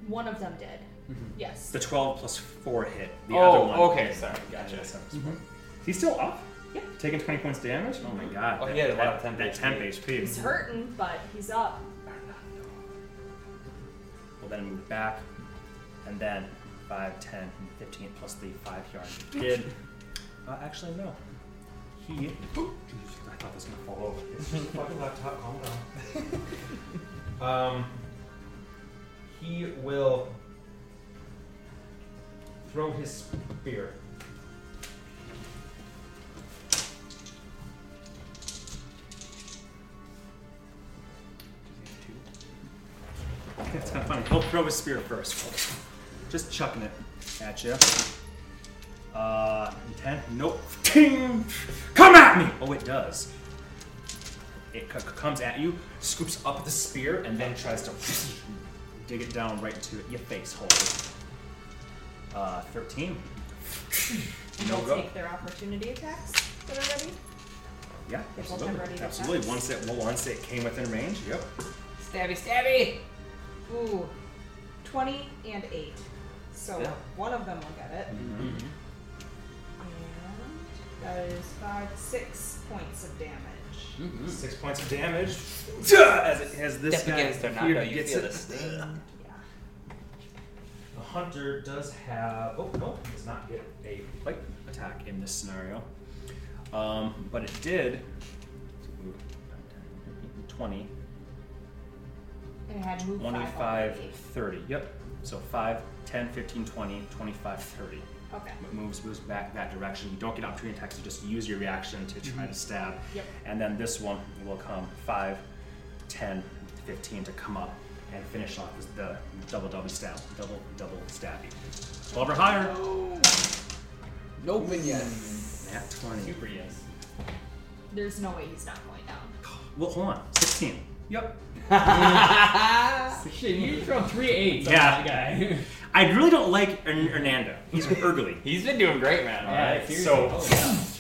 One of them did. Mm-hmm. Yes. The 12 plus 4 hit. The Oh, other one. okay, didn't. sorry, gotcha. Yeah, so- Is he still up? Yeah. Taking 20 points damage? Oh my god. Oh, that- he had a lot of that- temp That HP. temp HP. He's hurting, but he's up. We'll then move back. And then 5, 10, and 15 plus the 5 yard did. Uh, actually, no. He. Ooh, jeez, I thought this was going to fall over. It's just a fucking laptop, calm down. um, he will throw his spear. It's kind of funny. He'll throw his spear first. Just chucking it at you. Uh, ten. Nope. Ting! Come at me! Oh, it does. It c- c- comes at you, scoops up the spear, and then tries to dig it down right into your face hole. Uh, thirteen. No They'll go. take their opportunity attacks that are ready. Yeah, They both have ready absolutely. to Absolutely. attack. Once it well, once it came within range. Yep. Stabby, stabby! Ooh. 20 and 8. So Yeah. one of them will get it. Mm-hmm. Mm-hmm. And that is 5, 6 points of damage. Mm. Six points of damage. As, it, as this Step guy against their here knockdown, you gets feel it. the sting. Yeah. The hunter does have. Oh, no, does not get a bite attack in this scenario. Um, but it did. 20, And it had move 5 25, already. 30. Yep. So 5, 10, 15, 20, 25, 30. Okay. It moves moves back that direction. You don't get opportunity attacks. You just use your reaction to try to stab. Yep. And then this one will come 5, 10, 15 to come up and finish off with the double double stab. Double double stabby. 12 or higher. Nope, and yes. Nat 20. Super yes. There's no way he's not going down. Well, hold on. 16. Yep. Shit, you throw three eights Yeah. on that guy. I really don't like Hern- Hernando. He's ugly. He's been doing great, man. All right, seriously. so Oh,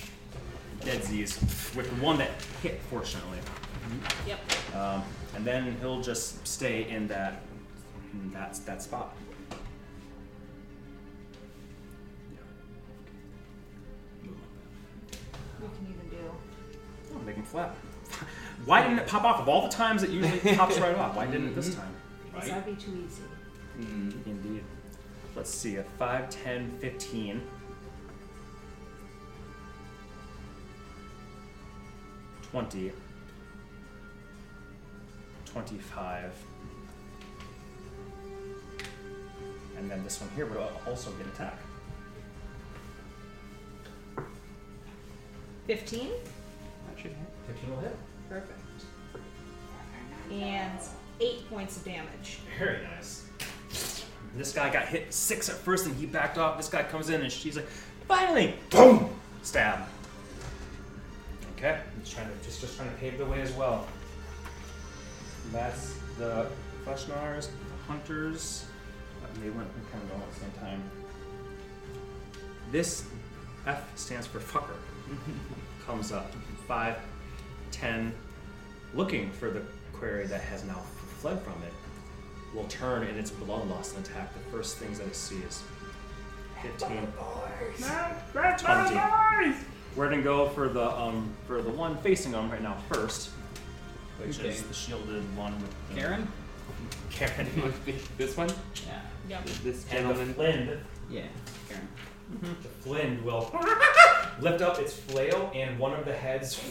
yeah. dead Z's with the one that hit, fortunately. Yep. Um, and then he'll just stay in that in that, that spot. Yeah. What can you even do? Oh, make him flap. Why didn't it pop off? Of all the times it usually pops right off, why didn't it this Mm-hmm. time? Because Right. that'd be too easy. Indeed. Let's see, a 5, 10, 15. 20, 25, and then this one here would al- also get attack. 15? That should hit. 15 will hit. Perfect. And 8 points of damage. Very nice. this guy got hit six at first, and he backed off. This guy comes in, and she's like, finally, boom, stab. Okay, he's trying to just just trying to pave the way as well. That's the Fleshnars, the hunters. Uh, They went and kind of all at the same time. This F stands for fucker. Comes up five, ten, looking for the quarry that has now fled from it will turn in its bloodlust and attack the first things that it sees. 15. Twenty. We're gonna go for the um for the one facing them right now first, which Okay. is the shielded one with the Karen? Karen this one? Yeah. Yep. This and the gentleman? Flynn. Yeah, Karen. The Flynn will lift up its flail and one of the heads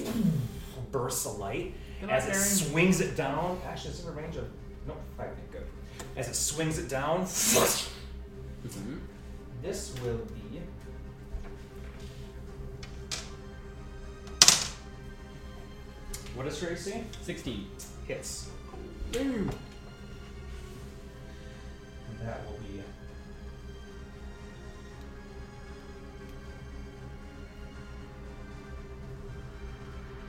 bursts alight Come on, as it Karen. swings it down. Actually, it's in a range of no five. Good. As it swings it down, Mm-hmm. Mhm. This will be. What is Tracy? 16. Hits. And that will be.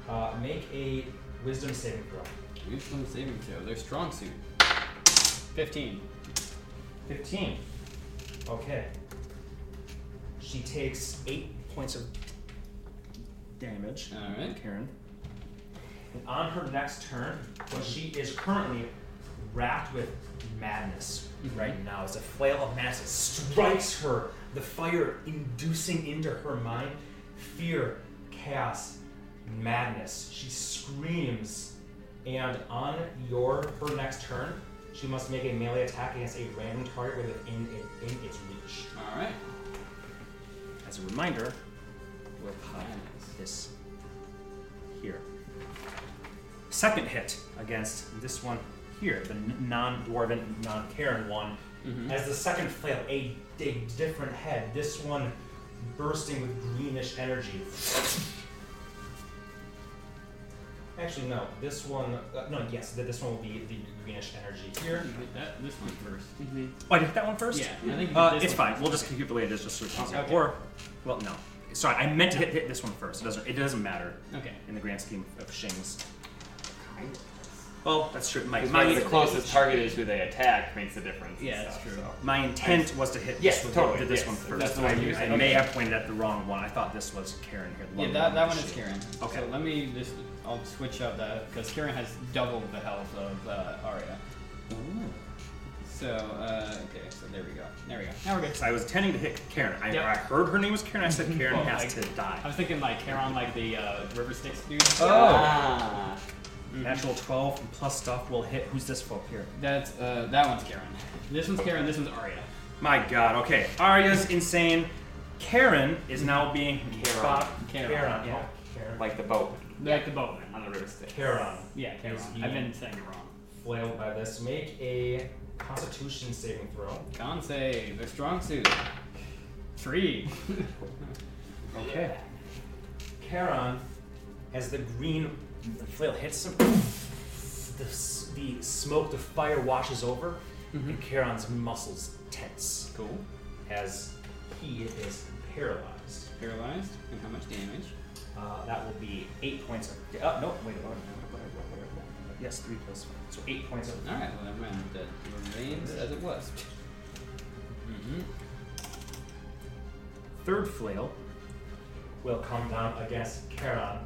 Uh, make a wisdom saving throw. Wisdom saving throw. Their strong suit. 15. 15. Okay. She takes 8 points of damage. Alright. Karen. And on her next turn, well, she is currently wrapped with madness right now. As a flail of madness that strikes her, the fire inducing into her mind fear, chaos, madness. She screams, and on your her next turn, she must make a melee attack against a random target within in, in its reach. Alright. As a reminder, we'll pop this here. Second hit against this one here, the non dwarven, non Karen one. Mm-hmm. As the second flail, a, a different head, this one bursting with greenish energy. Actually, no, this one, uh, no, yes, th- this one will be the greenish energy here. You hit that, this one first. Oh, I did that one first? Mm-hmm. Yeah, I think you Uh, did this it's one. fine. We'll just keep it the way it is, just so it's easier. Okay. Or, well, no. Sorry, I meant to hit, hit this one first. It doesn't. It doesn't matter Okay. in the grand scheme of Shing's. Well, that's true. My As my, long as the closest target is who they attack makes a difference. Yeah, and that's stuff, true. so. my intent was to hit Yes, this one, totally, did this yes. one first. That's the one I, you said. I may have pointed at the wrong one. I thought this was Karen here. the Yeah, long that, that one with is the shield. Karen. Okay. So let me just, I'll switch up that, because Karen has double the health of uh, Arya. So, uh, okay, so there we go. There we go. Now we're good. So I was intending to hit Karen. I, Yep. I heard her name was Karen. I said Karen Well, has to I- I die. was thinking like Karen, like the uh, River Styx dude. Oh. Oh! Ah. Natural twelve plus stuff will hit. Who's this folk here? That's, uh, that one's Karen. This one's Karen, this one's Arya. My god, okay. Arya's insane. Karen is now being Oh, Karen. Bob- Karen. Karen, Yeah. Karen. Like the boat Like the boatman. on the river stick. Karen. Yeah, Karen. Is he- I've been saying it wrong. Flailed by this. Make a constitution saving throw. Con save, their strong suit. Three. Okay. Charon, as the green flail hits him, the, s- the smoke, the fire washes over, and Charon's muscles tense cool. as he is paralyzed. Paralyzed. And how much damage? Uh, that will be eight points of. Uh, no, wait, what? what- what- what- what- Yes, three plus five. So eight points of. Alright, well, never mind. That remains as it was. Mm-hmm. Third flail will come down against Charon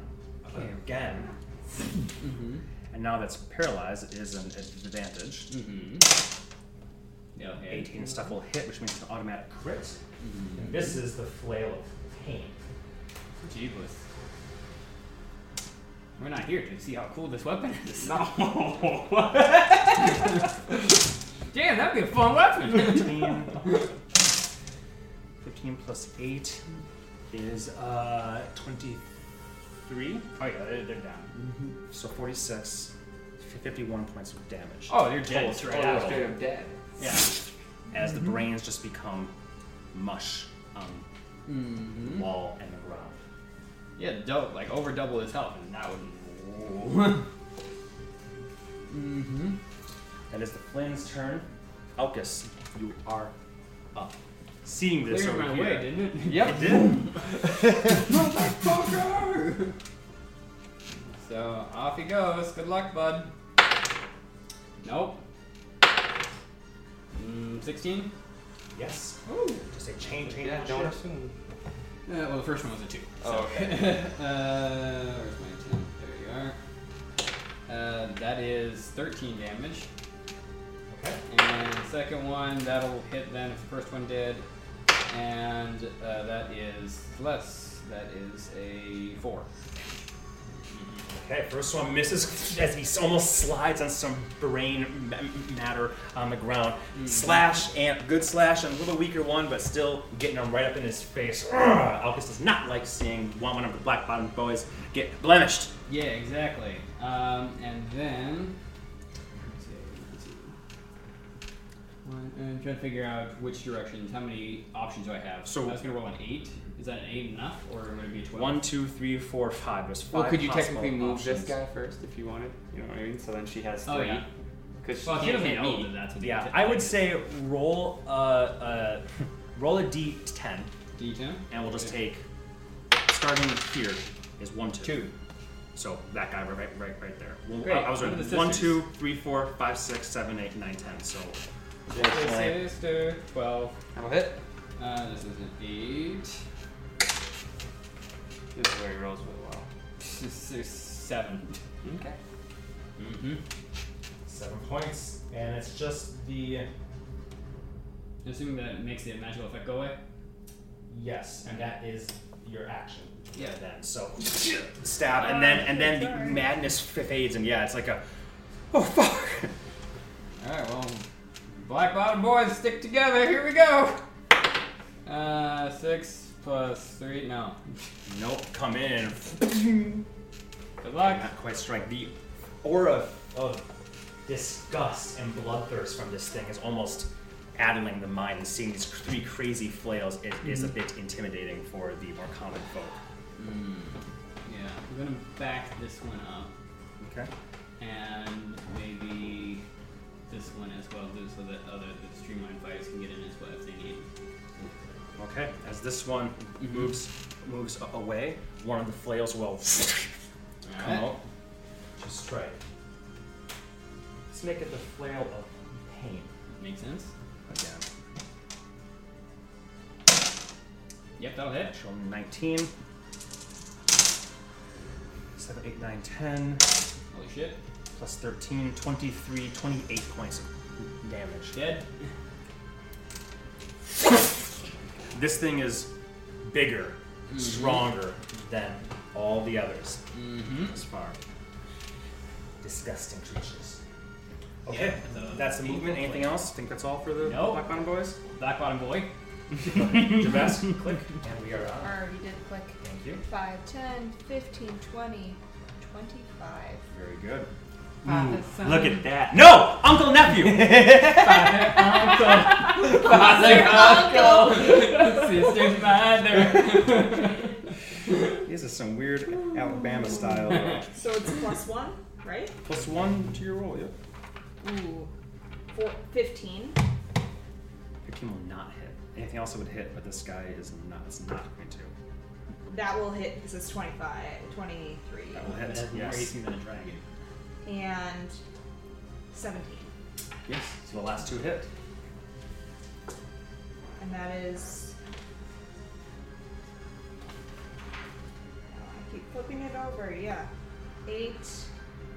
uh, again. Mm-hmm. And now that's paralyzed, it is an advantage. Mm-hmm. Yeah, okay. 18 stuff will hit, which means it's an automatic crit. Mm-hmm. And this is the flail of pain. Jeebus. We're not here to see how cool this weapon is. No. Damn, that'd be a fun weapon. 15, 15 plus 8 is uh, 23. oh yeah, they're, they're down. So 46, 51 points of damage. Oh, they're dead Total- straight Oh, out. they're straight up dead. Yeah. As the brains just become mush on the wall and the ground. Yeah, dope. Like over double his health, and that would. mm-hmm. That is the Flynn's turn. Alcus, you are up. Seeing this Cleared over my here, way, didn't it? I Yep. did. Motherfucker! so off he goes. Good luck, bud. Nope. Mm, 16? Yes. Ooh. Just a chain, chain. Yeah, don't assume. Uh, well, the first one was a two. So. Oh, uh, where's my ten? There you are. Uh, that is thirteen damage, Okay. and the second one that'll hit then if the first one did, and uh, that is less. That is a four. Okay, first one misses as he s- almost slides on some brain ma- matter on the ground. Mm-hmm. Slash and good slash and a little weaker one, but still getting him right up in his face. Ugh, Alcus does not like seeing one one of the black bottom boys get blemished. Yeah, exactly. Um, and then. let me see, let me see. One, I'm trying to figure out which directions. How many options do I have? So- I was gonna roll an eight. Is that an eight enough, or would it be a twelve? One, two, three, four, five. There's five. Well, could you possible technically move options. this guy first if you wanted? You know what I mean? So then she has three. Oh yeah. Because Well, she he can't doesn't hit know me. that that's what the Yeah, intent I would is. say roll a, a roll a d10, D10. and we'll just Okay. take starting here is one two. two. So that guy right, right, right, right there. Well, Great. I, I was One right. of the One, sisters. two, three, four, five, six, seven, eight, nine, ten. So Okay. This is the twelve. That'll hit. Uh, this is an eight. This is where he rolls really Oh, well. This is seven. Okay. Mm-hmm. seven points, and it's just the Assuming that it makes the magical effect go away. yes, and that is your action. Yeah. Then so stab, and then and then the madness f- fades, and yeah, it's like a oh fuck. All right. Well, black bottom boys stick together. Here we go. Uh, six plus three. No. Nope, come in. Good luck. Not quite strike. The aura of disgust and bloodthirst from this thing is almost addling the mind, and seeing these three crazy flails is, is a bit intimidating for the more common folk. Yeah. We're gonna back this one up. Okay. and maybe this one as well, just so that other the streamlined fighters can get in as well if they need. Okay. As this one moves moves a- away, one of the flails will come Alright. out. Just strike. Let's make it the flail of pain Make sense? again. Yep, that'll hit. Natural 19. 7, 8, 9, 10. Holy shit. plus 13, 23, 28 points of damage. Dead. This thing is bigger, stronger than all the others Mm-hmm. as far. Disgusting creatures. Okay, Yeah, the- that's the movement. Anything else? Think that's all for the Nope. Black Bottom Boys? Black bottom boy. Javas, click, and we are on. Already did click. Thank you. 5, 10, 15, 20, 25. Very good. Father, son, Look at that. No! Uncle Nephew! Father, uncle. sister, father. These are some weird Alabama style. So it's plus one, right? plus one to your roll, yep. Ooh. Four, 15. 15 will not hit. Anything else that would hit, but this guy is not, it's not going to. That will hit because it's 25, 23, That will hit, That's more yes. AC than a dragon. and 17. Yes, so the last two hit. And that is. Oh, I keep flipping it over, yeah. 8,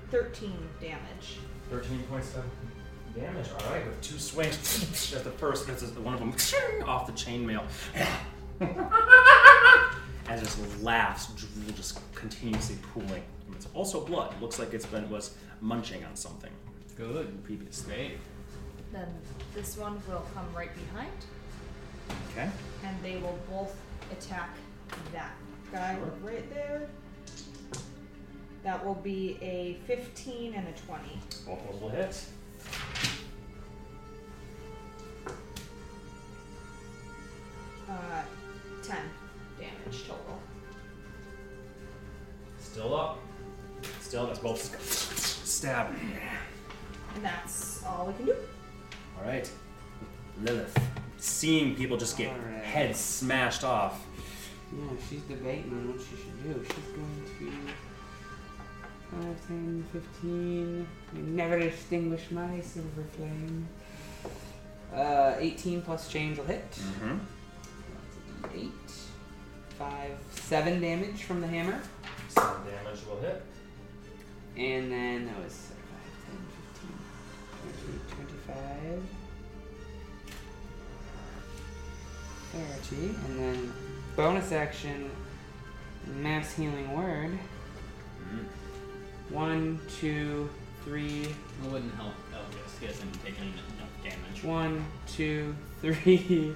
13 damage. 13 points of damage. All right, with two swings. That's the first. That's the one of them off the chainmail. As just laughs, drool just continuously pooling. And It's also blood. Looks like it's been was munching on something Good. previously. Great. Then this one will come right behind, Okay. and they will both attack That guy Sure. right there. That will be a 15 and a 20. Both of them will hit. Uh, 10 damage total. Still up. Still, that's both stab. And that's all we can do. All right. Lilith, seeing people just get Alright. heads smashed off. Yeah, she's debating on what she should do. She's going to 5, 10, 15. You never extinguish my silver flame. Uh, 18 plus change will hit. Mm-hmm. 8, 5, 7 damage from the hammer. Some damage will hit. And then that was 5, 10, 15, 20, 25, 30. And then bonus action, mass healing word. One, two, three, It wouldn't help Elvis. He hasn't taken enough damage. one, two, three,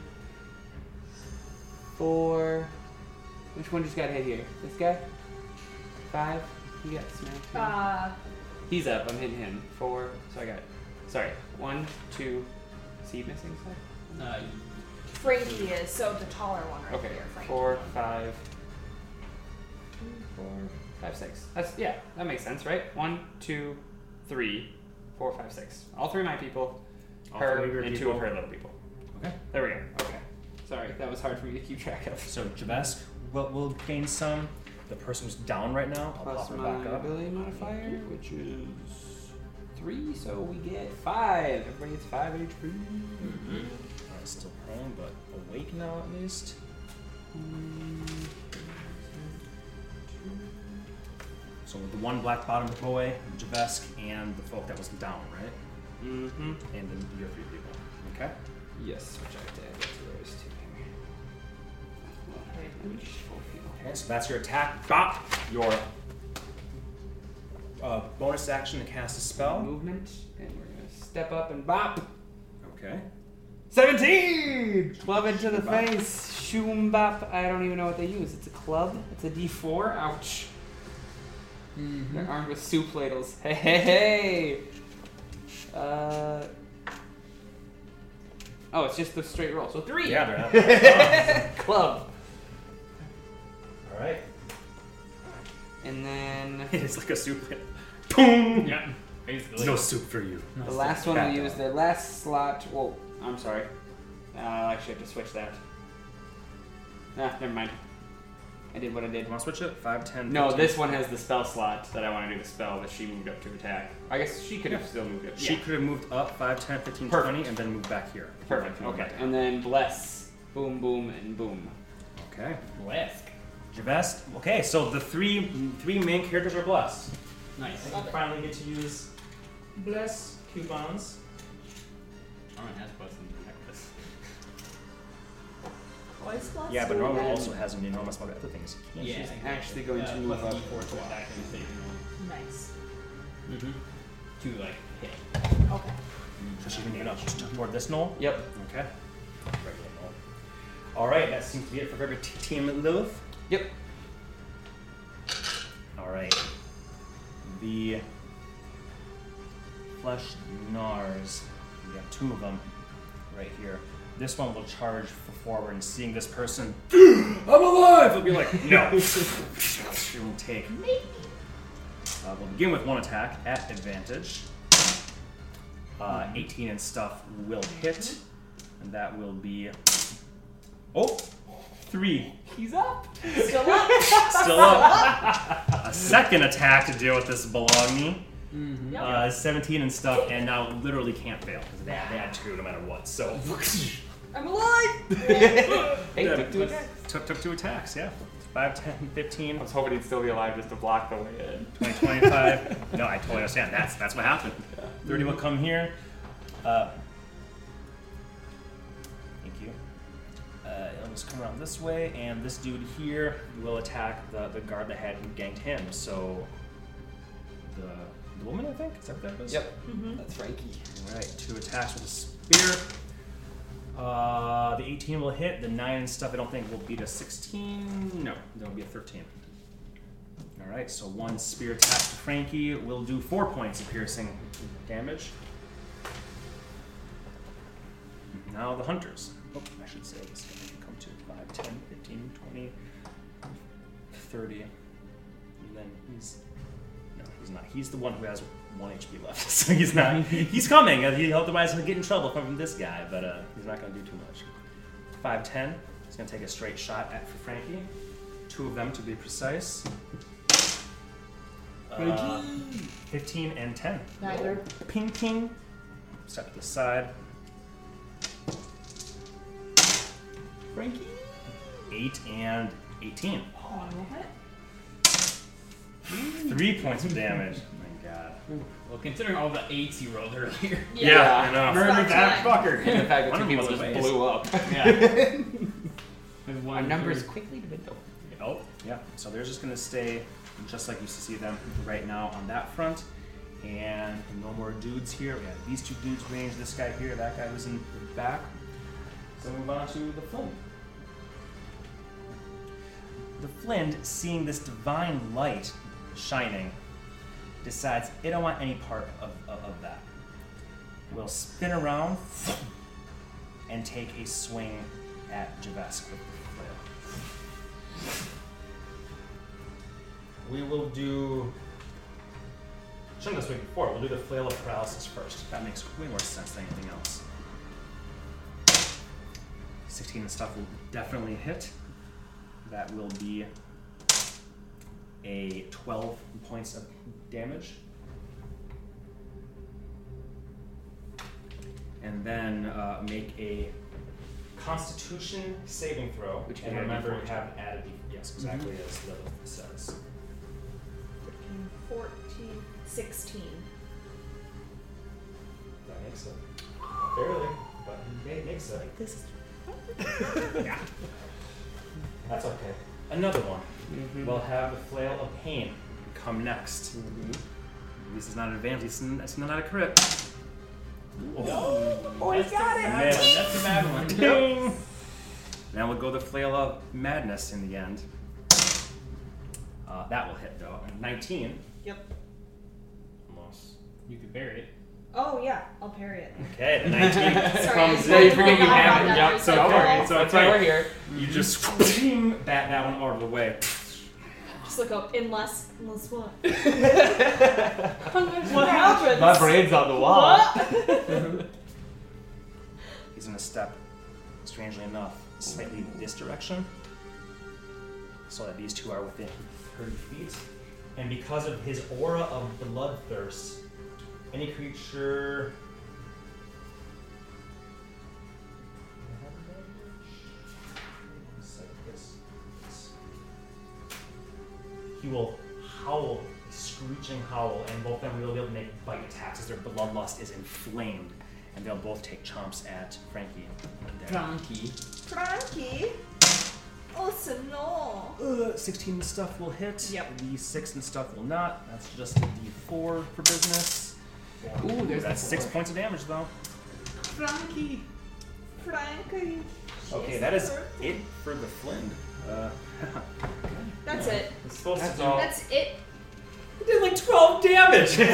four. Which one just got hit here? This guy? Five? He got smacked. Uh, He's up. I'm hitting him. Four. So I got. Sorry. One, two. Is he missing stuff? Uh, Frankie is, so the taller one right Okay. here. Frankie. Four, five. Four, five, six. That's yeah. That makes sense, right? One, two, three, four, five, six. All three of my people. All her three of your and two people. of her little people. Okay. There we go. Okay. Sorry, that was hard for me to keep track of. So Jabesk will, will gain some. The person who's down right now, I'll Plus pop her my back up. ability modifier, which is three, so we get five. Everybody gets five HP. Uh, still prone, but awake now at least. So with the one black bottom boy, Jabesk, and the folk that was down, right? Mm-hmm. And then your three people. Okay. Yes, which I have to add that to those two here. Well, hey, let me just full people. Okay, so that's your attack. Bop! Your uh, bonus action to cast a spell. Movement, and we're gonna step up and bop. Okay. 17! Club into the Shoom bop. face. Shoom bop. I don't even know what they use. It's a club. It's a d4. Ouch. Mm-hmm. They're armed with soup ladles. Hey, hey, hey! Uh. Oh, it's just the straight roll. So three! Yeah, they're Club. All right. And then It's like a soup. Boom! yeah. Basically. There's no soup for you. the last one cat we use, dog. the last slot. Whoa, I'm sorry. Uh, I should have to switch that. Ah, never mind. I did what I did. You want to switch it? 5, 10, No, 15. this one has the spell slot that I want to do the spell, but she moved up to attack. I guess she could have still moved up. She yeah. could have moved up 5, 10, 15, Perfect. 20, and then moved back here. Perfect. Moved Okay. back And then bless. Boom, boom, and boom. down. Okay. Lesk. Javest. Okay, so the three three main characters are blessed. Nice. Love it. finally get to use bless coupons. Armin has plus in the necklace. Always plus Yeah, but two Norman and- also has an enormous amount of other things. Yeah, she's exactly. actually going to Uh, move plus up. D4 to attack and saving roll. Nice. To like hit. Okay. So she can get up toward this knoll. Yep. Okay. Regular knoll. All right, that seems to be it for every t- team Lilith. Yep. All right. The flesh gnars. We got two of them right here. This one will charge for forward, and seeing this person, I'm alive. It'll be like no. she will take. Uh, we'll begin with one attack at advantage. Uh, 18 and stuff will hit, and that will be oh three He's up. Still up. Still up. A second attack to deal with this baloney. Mm-hmm. Yep. Uh, 17 and stuff, and now literally can't fail because they, they had two no matter what. So I'm alive. Hey, Yeah, took two let's- attacks. took, took two attacks, yeah. 5, 10, 15, I was hoping he'd still be alive just to block the way in. 20, 25. no, I totally understand. That's that's what happened. 30 will come here. Uh, thank you. Uh, it'll just come around this way, and this dude here will attack the, the guard that had ganked him. So, the, the woman, I think? Is that what that was? Yep. That's Reiki. Alright, two attacks with a spear. Uh, the 18 will hit. The 9 and stuff, I don't think, will beat a 16. No, that'll be a 13. Alright, so one spear attack to Frankie will do 4 points of piercing damage. Now the hunters. Oh, I should say this guy can come to 5, 10, 15, 20, 30. And then he's. No, he's not. He's the one who has one HP left, so he's not. he's coming, and he otherwise he'll get in trouble from this guy. But uh, he's not going to do too much. Five ten. He's going to take a straight shot at Frankie. Two of them to be precise. Uh, Fifteen and ten. Neither. Ping ping. Step to the side. Frankie. Eight and eighteen. Oh, what? Three points of damage. My God. Well, considering all the eights he rolled earlier. Yeah, I know. Murder About that time. fucker. And the fact that One two of them was people just amazed. blew up. yeah. Our numbers quickly dwindle. Oh, yeah. So they're just gonna stay just like you see them right now on that front. And no more dudes here. We have these two dudes range, this guy here, that guy was in the back. So move on to the Flint. The Flint, seeing this divine light shining, decides it don't want any part of, of, of that. Will spin around and take a swing at Javesk with the flail. We will do. Shouldn't have swing before. We'll do the flail of paralysis first. That makes way more sense than anything else. 16 and stuff will definitely hit. That will be a 12 points of damage. And then uh, make a Constitution saving throw. Which and can add remember, D4. have added. D- Yes, exactly as Lilith says. 13, 14, 16. That makes it. Barely, but it makes it. This is That's okay. Another one. We'll have the flail of pain come next. This is not an advantage. It's, n- it's not a crit. Oh, That's the bad it. one. That's the bad one. Ding. Now we'll go the flail of madness in the end. Uh, that will hit though. 19. Yep. Almost. You could bury it. Oh yeah, I'll parry it. Okay, the 19 Sorry, I comes just in. wanted to forget you forgot have about it. that Yep, for so a don't worry, second. so it's That's why we're okay. here. You just bat that one out of the way. Just look up. Unless, unless what? what happens? My brain's on the wall. What? He's gonna step, strangely enough, slightly this direction, so that these two are within 30 feet. And because of his aura of bloodthirst, any creature. It's like this. He will howl, a screeching howl, and both of them will be able to make bite attacks as their bloodlust is inflamed. And they'll both take chomps at Frankie. There. Donkey. Frankie? Also no. Uh, 16 and stuff will hit. Yep. The 6 and stuff will not. That's just the d4 for business. Ooh, there's That's the 6 four. points of damage, though. Frankie. Frankie. Okay, that is it for the Flynn. Uh, That's it. it's supposed That's to all. That's it. It did like 12 damage! it's not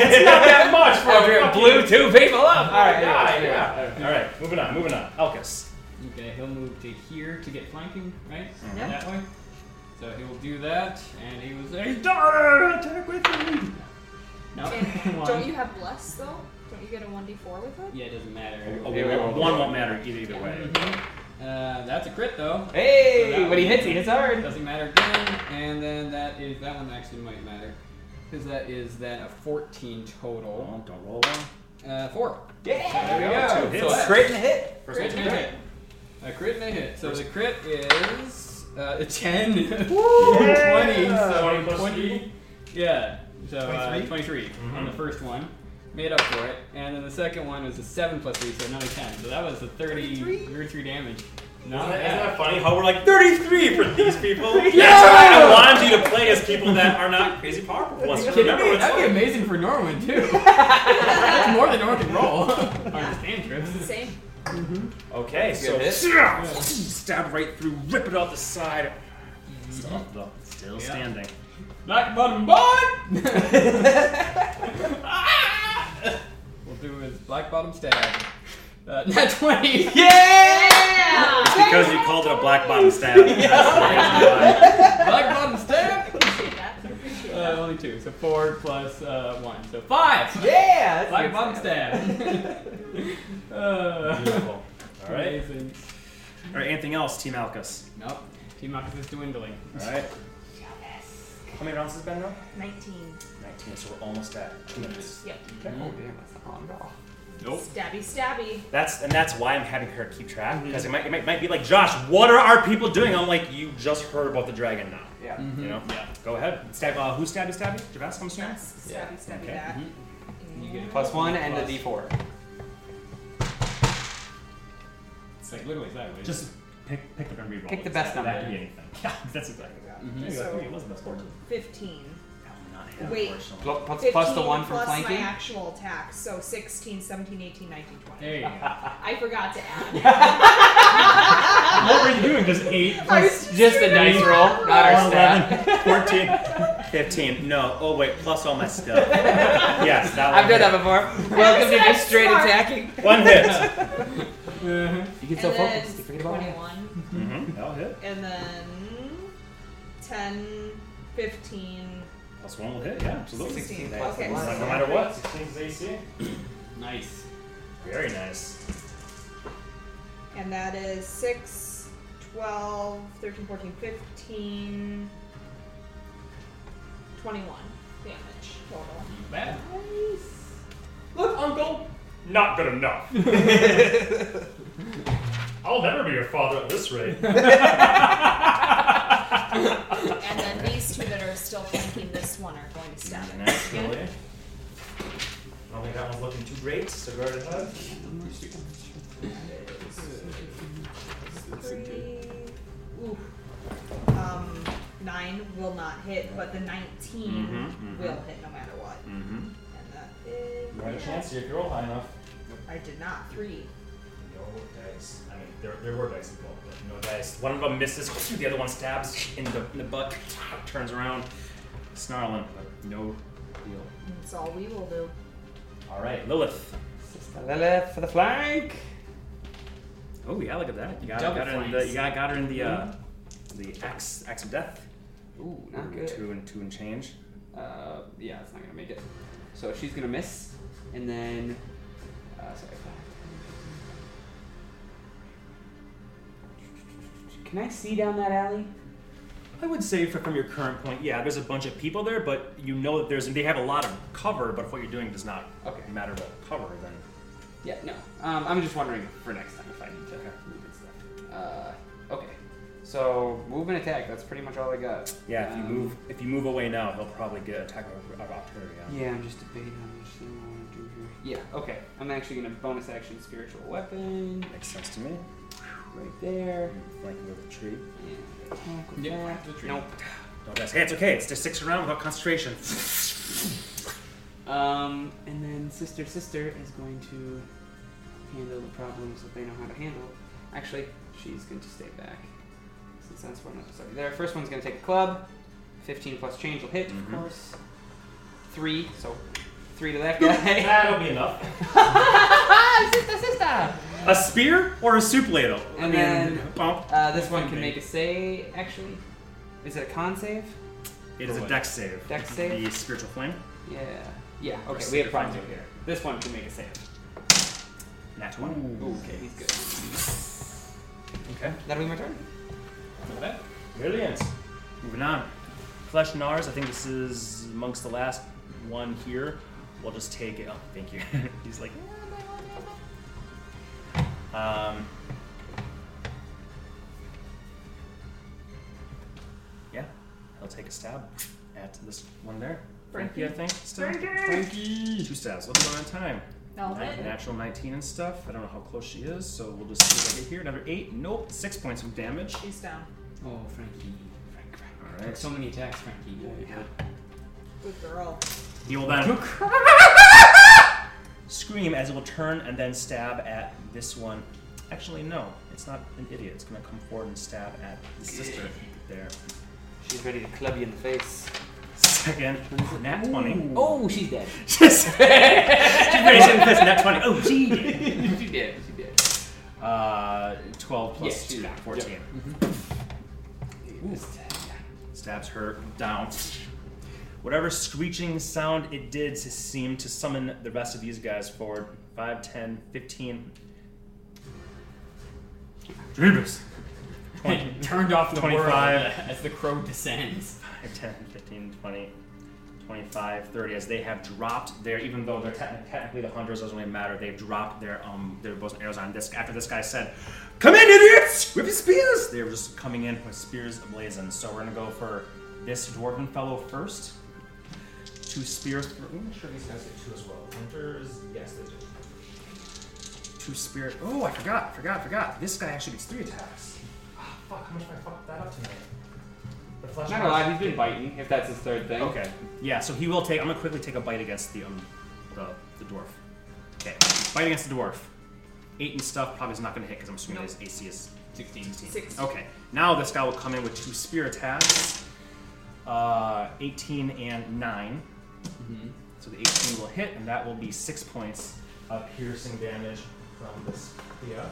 that much for After it blew two people up. All right, Yeah, yeah, yeah. Alright, moving on, moving on. Elkus. Okay, he'll move to here to get flanking, right? Yeah. That way. So he will do that, and he was there. Daughter, attack with me! No. And One. don't you have bless though? Don't you get a one d four with it? Yeah, it doesn't matter. Oh, Yeah, we won't- one won't matter either, either way. Mhm. Uh, that's a crit though. So Hey, that when he one- hits, he hits hard. Doesn't matter again. And then that is that one actually might matter, because that is then a 14 total. Well, don't roll one. Uh, four. Yeah. There Two we hits. go. So Crit and a hit. First crit and a hit. A crit and a hit. So the crit is uh, a 10. Yeah. 20. So 20 20 plus three. Mm-hmm. Yeah. So uh, 23? 23 on the first one. Made up for it. And then the second one was a 7 plus 3, so another 10. So that was a 30, 33, damage. Not Isn't that- isn't bad. that funny how we're like 33 for these people? That's why I wanted you to play as people that are not crazy powerful ones. Kid, that'd, Remember be, what's that'd be up. amazing for Norman too. That's more than Norman can roll. On his cantrips. Same. Okay, so Good stab right through, rip it off the side. Still, though. Still Yeah. standing. Black bottom bond. we'll do his black bottom stab. Uh, nat twenty. Yeah. Because you called it a black bottom stab. That's the reason why. Black bottom stab. Appreciate that. Uh, Appreciate Uh, only two. So four plus uh, one. So five. Yeah, that's Five good Oh, bump stuff. stab. uh, Beautiful. All right. Amazing. All right. Anything else, Team Alcus? Nope. Team Marcus is dwindling. All right. How many rounds has it been now? 19. 19. So we're almost at two minutes. Yep. Oh damn, that's not on at all. Nope. Stabby, stabby. That's and that's why I'm having her keep track because it, might, it might might be like Josh, what are our people doing? I'm like, you just heard about the dragon now. Yeah. You know. Mm-hmm. Yeah. Go ahead. Stab. Uh, who stabby stabby? Javas, I'm assuming. That's Yeah. stabby, stabby Okay. that. You get a Plus one and a plus. d4. It's like literally sideways. Just pick pick up and reroll. Pick the It's best not- That number. could be anything. Yeah, that's exactly that. There Mm-hmm. you go. So- Three, it wasn't that smart. 15. That would not hit, Wait. unfortunately. Plus, plus, plus the 15 one from plus flanking. my actual attack. So 16, 17, 18, 19, 20. There you go. I forgot to add. what were you doing? Just eight I plus was Just a dice roll, not our stat. 11, 14, 15. No. Oh, wait. Plus all my stuff. yes, that one. I've done hit. that before. Welcome to just straight Smart. attacking. One hit. You get and so then focused, you forget about it. 21. Mm-hmm. That'll hit. And then 10, 15. Plus one will hit. Yeah, absolutely. 16 Okay, plus so It's like, no matter what. 16's AC. Nice. Very nice. And that is 6, 12, 13, 14, 15, 21 damage total. Bad. Look, Uncle. Not good enough. I'll never be your father at this rate. And then these two that are still flanking this one are going to stab it. Naturally. I don't think that one's looking too great, so go right ahead. Three. Ooh. Um, nine will not hit, but the 19 Mhm, mhm. will hit no matter what. Mm-hmm. And that is. You had a chance if you roll high enough. I did not. Three. No dice. I mean, there, there were dice involved, but no dice. One of them misses, the other one stabs in the, in the butt, turns around, snarling, but no deal. That's all we will do. All right, Lilith. Sister Lilith for the flank. Oh yeah, look at that. You got, Double got her in the flanks. you got, got her in the uh, the axe axe of death. Ooh, not good. Two and two and change. Uh, yeah, it's not gonna make it. So she's gonna miss, and then, uh, sorry. five. Can I see down that alley? I would say for, from your current point, yeah, there's a bunch of people there, but you know that there's they have a lot of cover, but if what you're doing does not Okay. matter about cover, then Yeah, no. Um, I'm just wondering for next time if I need to move and stuff. Uh, okay. So move and attack. That's pretty much all I got. yeah, if you Um, move if you move away now, he'll probably get attack of, of opportunity. Yeah. Yeah, I'm just debating on which thing I want to do here. Yeah, okay. I'm actually gonna bonus action spiritual weapon Makes sense to me. right there. Like with the tree. And attack with Yeah, that. the tree. Nope. No dice. Hey, it's okay. It's just six around without concentration. Um, and then Sister Sister is going to handle the problems that they know how to handle. Actually, she's going to stay back. Since that's one that's already there. First one's going to take a club. 15 plus change will hit, Mhm. of course. Three, so three to that guy. That'll be enough. Ah, sister, sister! A spear or a soup ladle. I And mean, then- bump. Uh, this one can make a save, actually. Is it a con save? It is For a what? dex save. Dex save? The spiritual flame. Yeah. Yeah, Or okay, we have secret problems finding. over here. This one can make a save. Nat one. Ooh, okay, he's good. Okay. That'll be my turn. Not bad. Brilliant. Moving on. Flesh Nars, I think this is amongst the last one here. We'll just take it. Oh, thank you. He's like. Um. Yeah, he'll take a stab at this one there. Frankie, I think. Still. Frankie! Two stabs. Let's go on time. That'll Nat- hit. Natural 19 and stuff. I don't know how close she is, so we'll just see if I get here. Another 8. Nope. 6 points of damage. She's down. Oh, Frankie. Frank, Frank. Alright. Took so many attacks, Frankie. Yeah. Good girl. He will then scream as it will turn and then stab at this one. Actually, no, it's not an idiot. It's going to come forward and stab at the sister there. She's ready to club you in the face. Second, nat 20. Oh, she's dead. She's she's ready to this nat 20. Oh, gee. she did. She did. Uh, 12 plus Yes, she's 2, down. 14. Stabs her down. Whatever screeching sound it did to seem to summon the rest of these guys forward. 5, 10, 15. Jeebus. 20, And turned off the 25. world as the crow descends. 5, 10, 15, 20, 25, 30, as they have dropped their, even though they're techni- technically the hunters, doesn't really matter, they've dropped their um their bows and arrows on this. After this guy said, Come in, idiots! With your spears! They were just coming in with spears ablazing. So we're gonna go for this dwarven fellow first. Two spears. I'm sure these guys get two as well. Hunters, yes, they do. Two spears. Oh, I forgot, forgot, forgot. This guy actually gets three attacks. Ah, fuck, how much have I fucked that up tonight? The flesh Not marks- gonna lie, he's been biting. If that's his third thing. Okay. Yeah, so he will take. I'm gonna quickly take a bite against the um, the, the dwarf. Okay, bite against the dwarf. Eight and stuff probably is not gonna hit because I'm assuming his AC is 16. Six. Okay. Now this guy will come in with two spear attacks. Uh, 18 and 9 So the 18 will hit, and that will be six points of piercing damage from this. Yeah.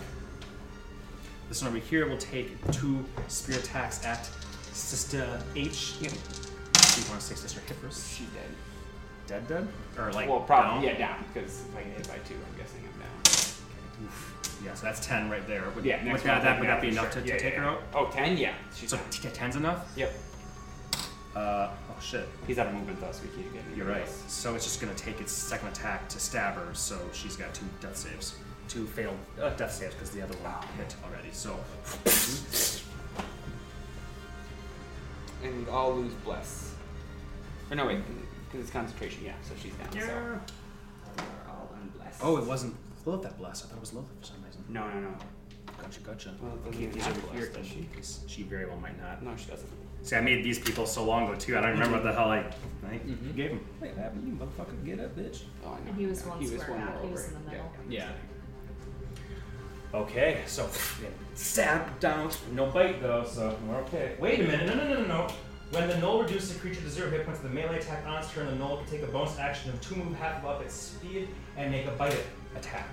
This one over here will take two spear attacks at Sister H. Yeah. Do you want to say Sister hit first? She dead. dead dead or like well, probably down? yeah, down because if I get hit by two, I'm guessing I'm down. Oof. yeah so that's 10 right there would, Yeah, would next that, one, that, would yeah, that be for enough sure. to, to Yeah, take yeah, her yeah. out Oh, 10? Yeah. She's so down. t- 10's enough Yep. uh oh shit He's out of movement though, so we can't get any you're right else. so it's just gonna take its second attack to stab her so she's got two death saves two failed uh, death saves because the other one hit already so And I'll lose bless. Or no wait, because it's concentration. Yeah, so she's down. So we're all unblessed. oh it wasn't Lilith that blessed I thought it was Lilith for some reason No, no, no. gotcha gotcha Well, it doesn't Okay, even these are have here, blessed, does she? because she very well might not No, she doesn't. see I made these people so long ago too I don't remember what the hell I, I gave them Mm-hmm. wait what happened you motherfucker get up bitch Oh, I know. And he was no, one he was square one back, more he was over. in the middle. Yeah. Okay, so yeah, stab down. No bite though, so we're okay. Wait a minute, no, no, no, no, no. When the null reduces the creature to zero hit points, the melee attack on its turn, the null can take a bonus action of two move half above its speed and make a bite attack.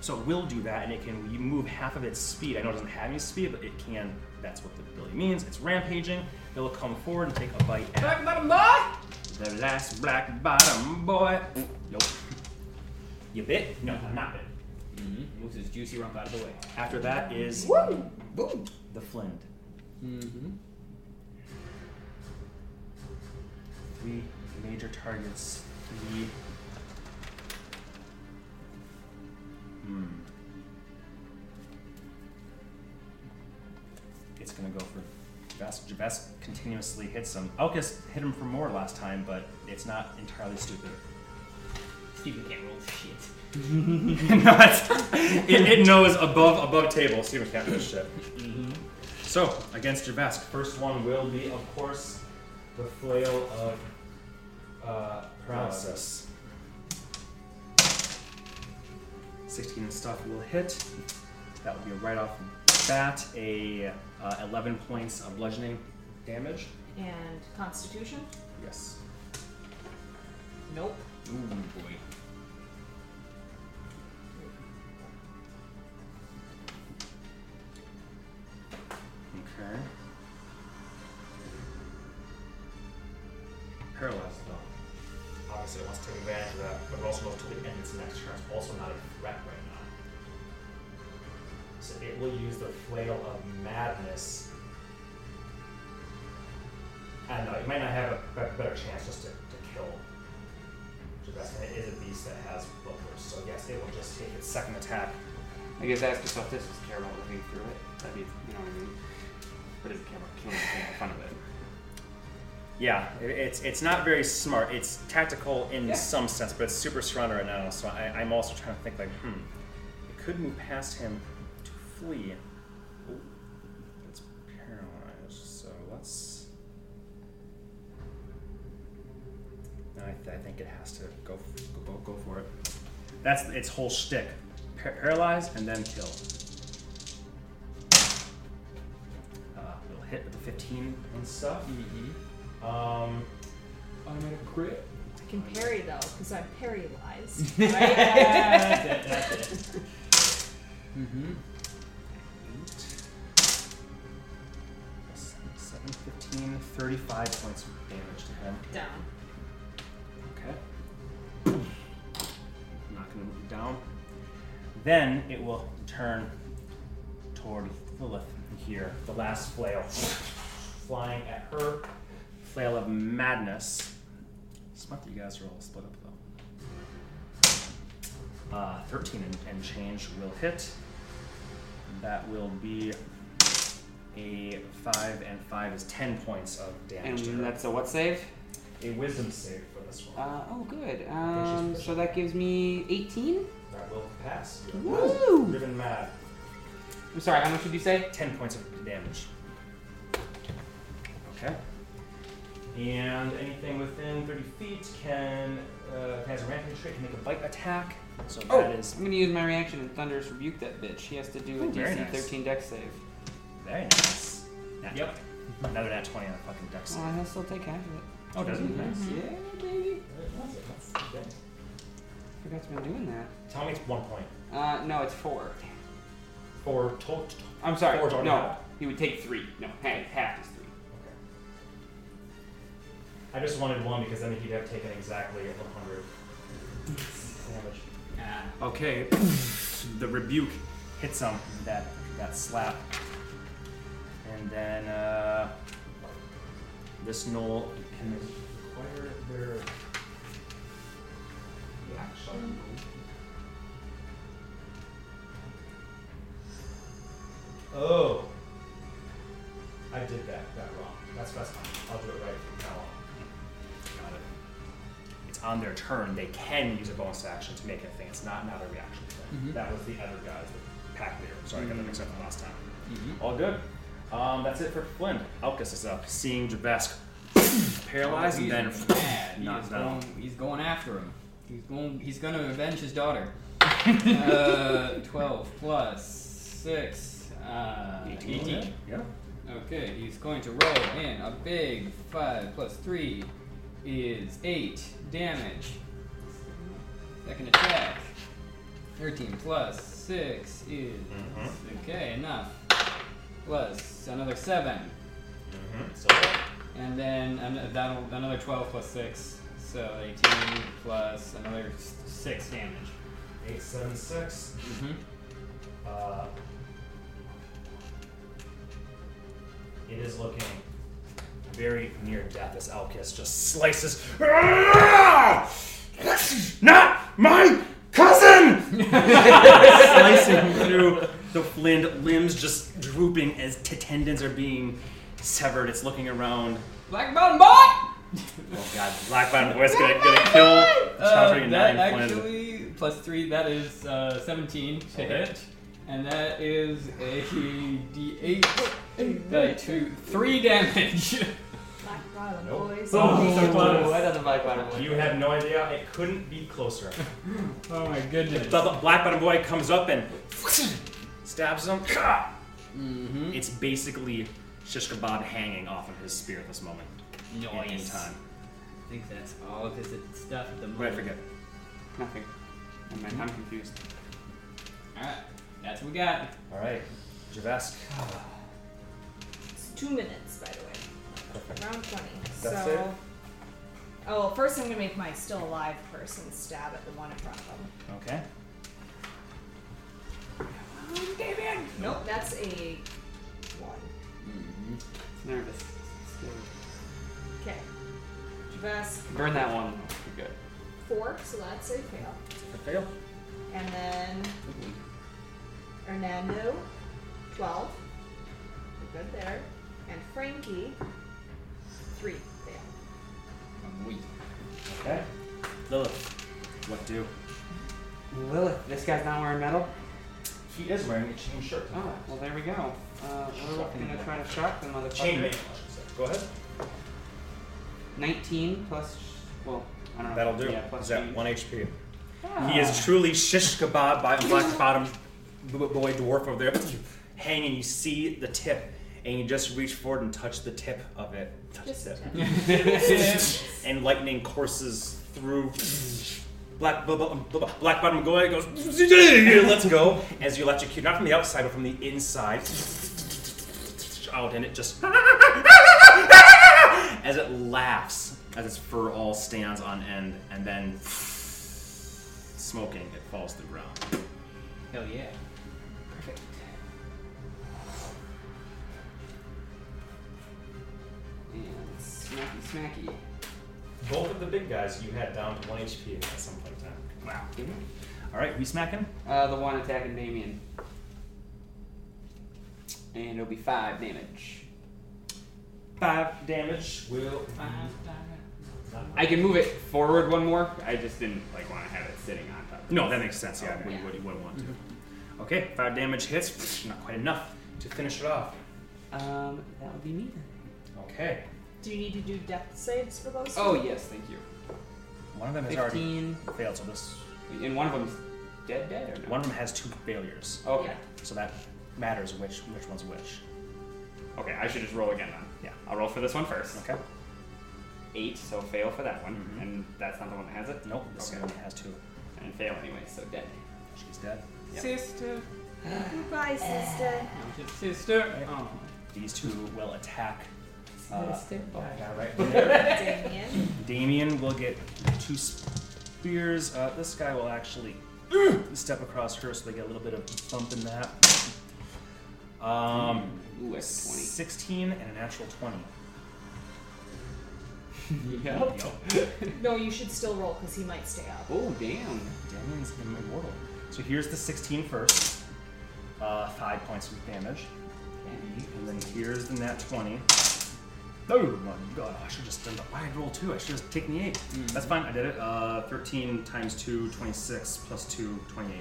So it will do that, and it can you move half of its speed. I know it doesn't have any speed, but it can. That's what the ability means. It's rampaging. It'll come forward and take a bite at Black bottom boy! the last black bottom boy. Nope. You bit? No, I'm not bit. Mm-hmm. Moves his juicy rump out of the way. After that is Woo! Boom! the Flint. Mm-hmm. Three major targets. Three. Hmm. It's gonna go for Javas. Javas continuously hits him. Alcus hit him for more last time, but it's not entirely stupid. Stephen can't roll shit. no, it's, it, it knows above above table. See what happens. Shit. So against Javask, first one will be, of course, the flail of uh, paralysis. Sixteen and stuff will hit. That will be right off the bat. A uh, eleven points of bludgeoning damage. And Constitution? Yes. Nope. Ooh boy. Okay. Paralyzed though. Obviously, it wants to take advantage of that, but it also knows till the end of its next turn. It's also not a threat right now. So it will use the flail of madness. I don't know. It might not have a be- better chance just to, to kill. Jabez, and It is a beast that has buffers, so yes, it will just take its second attack. I guess ask yourself this: Is Carol living through it? That'd be, you know what I mean. But is Carol killing the fun of it? Yeah, it- it's it's not very smart. It's tactical in some sense, but it's super surrounded right now. So I, I'm also trying to think like, hmm, it could move past him to flee. Oh, it's paralyzed. So let's. No, I, th- I think it has to go, f- go go go for it. That's its whole shtick: Par- paralyze and then kill. Uh, it'll hit with the 15 and stuff. Um, I'm gonna crit. I can parry though, because I'm paralyzed. Uh, that's it. That's it. Mm-hmm. eight, plus seven, 15, 35 points of damage to him. Yeah. down. Okay. I'm not gonna move it down. Then it will turn toward Lilith here. The last flail flying at her. Flail of madness. Smart that you guys are all split up though. Uh, 13 and, and change will hit. That will be a 5 and 5 is 10 points of And damage to her. that's a what save? A wisdom save for this one. Uh, oh, good. Um, so that gives me 18? That will pass. Woo! Driven mad. I'm sorry, how much did you say? 10 points of damage. Okay. And anything within 30 feet can, uh, has a rampage trait, can make a bite attack. So Oh, that is I'm gonna use my reaction and thunderous rebuke that bitch. He has to do a Ooh, very DC nice. 13 dex save. very nice. Nat yep. Another nat 20 on a fucking deck Oh, save. and he'll still take half of it. Oh, does it? Yeah, baby. Nice. Okay. Forgot to been doing that. Tell me it's one point. Uh, no, it's four. For total. To- I'm sorry. Four's already no, half. he would take three. No, hey, half is three. okay. I just wanted one because then he'd have taken exactly 100 damage. Ah, Okay, the rebuke hits him. That that slap, and then uh, this knoll can acquire their action. Oh, I did that that wrong. That's that's fine. I'll do it right from now on. Got it. It's on their turn. They can use a bonus action to make a thing. It's not not a reaction thing. That was the other guys, the pack leader. Sorry, I got that mixed up from last time. Mm-hmm. All good. Um, that's it for Flynn. Alcus is up, seeing Javesk paralyzed and then he's mad. He knocked is down. going- He's going after him. He's going. He's going to avenge his daughter. uh, Twelve plus six. Uh, 18. E Yeah. Okay, he's going to roll in a big five plus three is eight damage. Second attack. Thirteen plus six is okay enough. Plus another seven. Mm-hmm. So And then an- that'll, another 12 plus 6, so 18 plus another s- 6 damage. eight, seven, six. Mm-hmm. Uh, it is looking very near death as Alcus just slices. This is not my cousin! Slicing through the flint, limbs just drooping as t- tendons are being severed. It's looking around. Black Mountain Boy! Oh god, Black Bottom Boy's gonna, gonna kill Chowdhury Uh, and that Nine Flynn. actually, plus 3, that is uh, 17 to Okay. hit. And that is a d8, uh, two, 3 damage. Black bottom Nope. boys. Oh, so close. I don't like bottom You have no idea, it couldn't be closer. oh my goodness. The the black button boy comes up and stabs him. Mm-hmm. It's basically shish kebab hanging off of his spear at this moment. In, in time. I think that's all of his stuff at the What did I forget? Nothing. I'm, I'm confused. Alright, that's what we got. All right, Javask. It's two minutes, by the way. Round 20. That's so. it? Oh, well, first I'm gonna make my still alive person stab at the one in front of him. Okay. Um, Nope, that's a one. Nervous. Scared. Okay. Javas, Burn that one. You're good. four, so that's a fail. fail. And then Hernando, 12. We're good there. And Frankie, 3. Fail. Okay. Lilith, what do? Lilith, this guy's not wearing metal? He is wearing a chain shirt. Oh, well, there we go. Uh, we're gonna try to shock the motherfucker. Chain mail. I should say. Go ahead. 19 plus. Well, I don't know. That'll do. Yeah, plus Is that eight. one HP? Ah. He is truly shish kebab by a black bottom b- b- boy dwarf over there, hanging. You see the tip, and you just reach forward and touch the tip of it. Touch Just the tip. and lightning courses through. Black, bu- bu- bu- black bottom boy goes. Let's go as you electrocute, not from the outside, but from the inside. Oh, Out and it just as it laughs as its fur all stands on end, and then smoking, it falls to the ground. Hell yeah. Perfect. And smacky smacky. Both of the big guys you had down to one HP at some point in time. Wow. Mm-hmm. All right, we smack him. Uh, the one attacking Damien. And it'll be five damage. Five damage will. I can move it forward one more. I just didn't like want to have it sitting on top. No, that makes sense. Oh, Yeah, Yeah. you would, you would want to. Okay, five damage hits. Not quite enough to finish it off. Um, that would be me. then. Okay, Do you need to do death saves for those? Oh yes, thank you. one of them has already Fifteen. failed, so this And one of them's dead, dead or no? Oh, one of them has two failures. Okay. So that matters which which one's which. Okay, I should just roll again then. Yeah. I'll roll for this one first. Okay. Eight, so fail for that one, Mhm. and that's not the one that has it. Nope. This Okay. one has two. And fail anyway, so dead. She's dead. Sister. Goodbye, sister. Sister. Oh. These two will attack. Uh, Yeah, right there. Damien. Damien will get two spears. Uh, this guy will actually uh, step across her, so they get a little bit of bump in that. Um, Ooh, that's 16 and a natural 20. twenty. Yep. No, you should still roll because he might stay up. Oh damn. Damien's immortal. So here's the 16 first. Uh, five points of damage. And then here's the nat 20. Oh my god, I should have just done the wide roll too. I should have taken the 8. That's fine, I did it. Uh, 13 times 2, 26, plus 2, 28.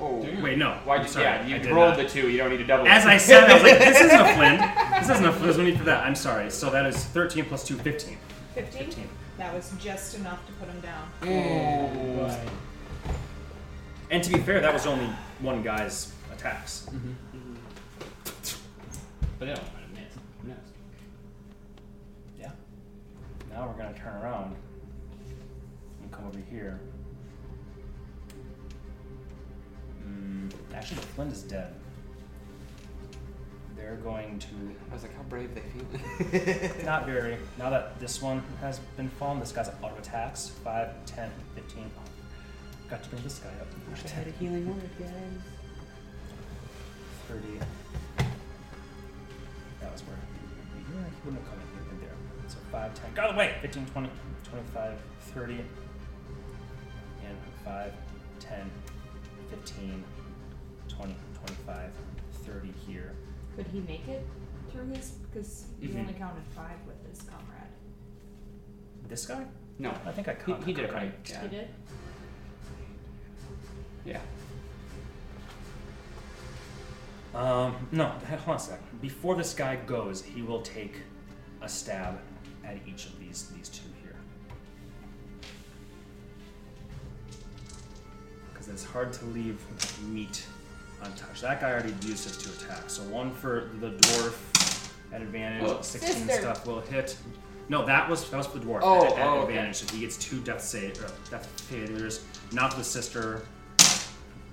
Oh. Wait, no. Why? I'm Did, sorry, yeah, I you did rolled not. the two. You don't need to double. As it. I said, I was like, this isn't a flint. This isn't a flint. There's no need for that. I'm sorry. So that is 13 plus 2, 15. 15? 15. That was just enough to put him down. And to be fair, that was only one guy's attacks. But they don't want to miss. Who knows? Yeah. Now we're gonna turn around and come over here. Mm, actually, the Flint is dead. They're going to I was like, how brave they feel. not very. Now that this one has been fallen, this guy's auto attacks 5, 10, 15. Oh, got to bring this guy up. I had a healing word, guys. 30. That was where. Yeah, he wouldn't have come in here, right there. So 5, 10. Go the way! 15, 20, 25, 30. And 5, 10, 15, 20, 25, 30 here. Could he make it through his? Because you Mm-hmm. Mhm. only counted five with his comrade. This guy? No. I think I He, caught he did it right. Yeah. He did. Yeah. Um, no, hold on a sec. Before this guy goes, he will take a stab at each of these these two here. Because it's hard to leave meat untouched. That guy already used his two attacks. So one for the dwarf at advantage, Oh, 16 sister. stuff will hit. No, that was that was for the dwarf Oh, at, at oh, okay. advantage. So he gets two death save or death failures. Not the sister.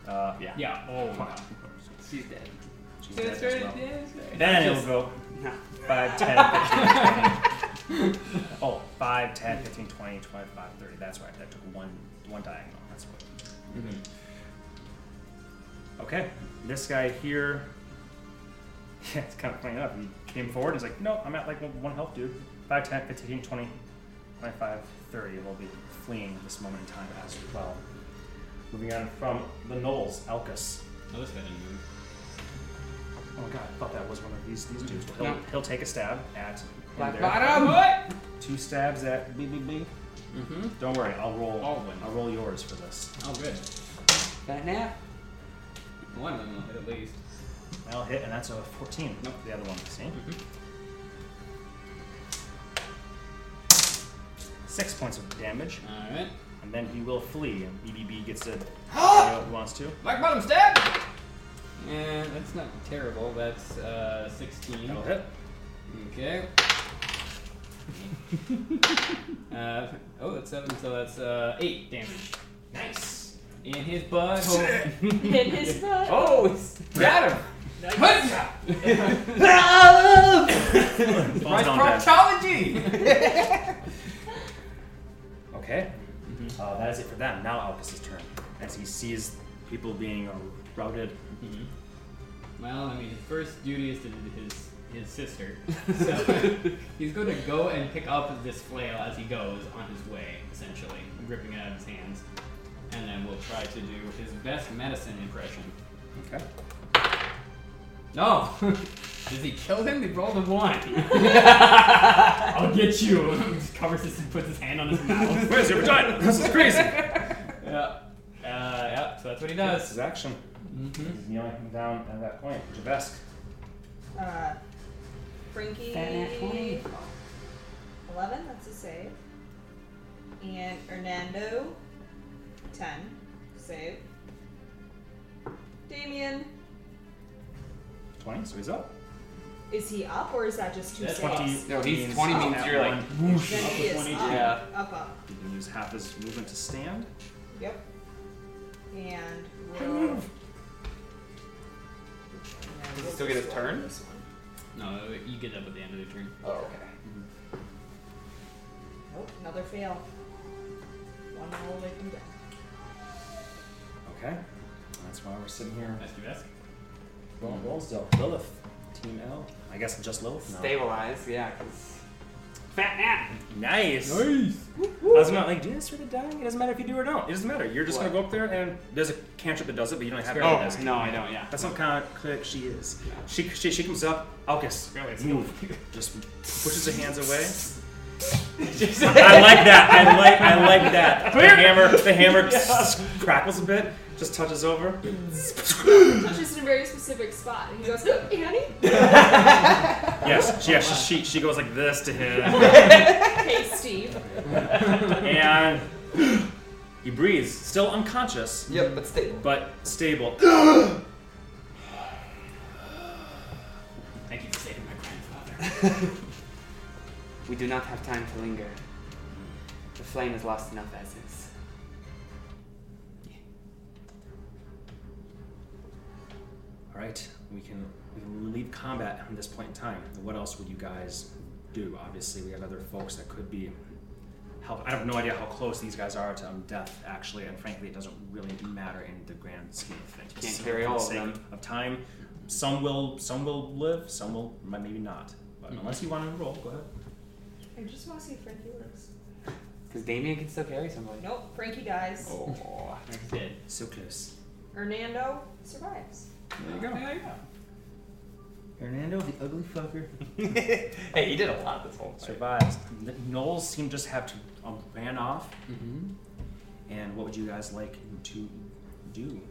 Uh, yeah. Yeah. Oh. Come on. She's dead. She's dead as Sister. well. Sister. Then it'll go No. 5, 10, 15, 20. Oh, 5, 10, 15, 20, 25, 30. That's right. That took one one diagonal. That's what. Mm-hmm. Okay. This guy here. Yeah, it's kind of funny enough. He came forward and was like, no, I'm at like one health, dude. 5, 10, 15, 20, 25, 30 will be fleeing this moment in time as well. Moving on from the Knolls, Elkus. Oh, this guy didn't move. Oh my god, I thought that was one of these these dudes. Well, he'll, No. he'll take a stab at him Black there. bottom. Two stabs at B B B. Mm-hmm. Don't worry, I'll roll. All of them. I'll roll yours for this. Oh, good. That nap. One of them will hit at least. I'll hit, and that's a 14. Nope. Mm-hmm. The other one, see? Six points of damage, All right. and then he will flee. And BBB gets it. if he wants to. Black bottom stab. And that's not terrible. That's uh, 16. That'll hit. Okay. uh, oh, that's seven, so that's uh, eight damage. Nice. In his butt. In his butt. Oh, it's got him. Huncha! Falls down dead. Proctology! Okay. Mm-hmm. Uh, that is it for them. Now Alcus's turn. As he sees people being uh, routed. Well, I mean, his first duty is to his his sister. So he's going to go and pick up this flail as he goes on his way, essentially, gripping it out of his hands. And then we'll try to do his best medicine impression. Okay. No! Does he kill him? He rolled a one. I'll get you. Covers his and puts his hand on his mouth. Where's your vagina? This is crazy. yeah. Uh, yeah, so that's what he This does. is action. Mm-hmm. He's kneeling him down at that point. Javesk. Uh, Frankie. Eleven. That's a save. And Hernando. Ten. Save. Damien. 20, so he's up. Is he up or is that just two That's saves? 20. No, he's means 20 that means you're like- one. Whoosh. Then he is up. Yeah. Up up. He can use half his movement to stand. Yep. And we'll. Does he still get his turn? No, you get up at the end of the turn. Oh, okay. Nope, another fail. One roll away from death. Okay. That's why we're sitting here. That's your best. Rolling Mm. rolls though. Lilith. Team L. I guess just Lilith now. Stabilize, yeah, because. Fat nap. Nice. Nice! I was not like, do this for the dying? It doesn't matter if you do or don't. It doesn't matter. You're just What? gonna go up there and there's a cantrip that does it, but you don't Oh. Oh, have it. That's- no, I don't, yeah. That's what kind of click she is. She, she, she comes up. Alcus, move. Just pushes her hands away. I like that. I like I like that. The hammer the hammer crackles a bit. Just touches over. Touches in a very specific spot. And he goes, "Oh, Annie? Yes, she, yeah, she, she she goes like this to him. Hey, Steve. and he breathes, still unconscious, Yep, but stable. but stable. Thank you for saving my grandfather. We do not have time to linger. The flame is lost enough as is. All right, we can we can leave combat at this point in time. What else would you guys do? Obviously, we have other folks that could be help. I have no idea how close these guys are to um, death, actually, and frankly, it doesn't really matter in the grand scheme of things. Can't So carry for the all of sake them. Of time, some will some will live, some will maybe not. But Mm-hmm. unless you want to roll, go ahead. I just want to see if Frankie lives. Because Damien can still carry somebody. Nope, Frankie dies. Oh, That's it. So close. Hernando survives. There you go. There you go. Hernando, the ugly fucker, hey, he did a lot this whole time. survives. N- Knowles seemed to just have to um, ran off. Mm-hmm. And what would you guys like to do?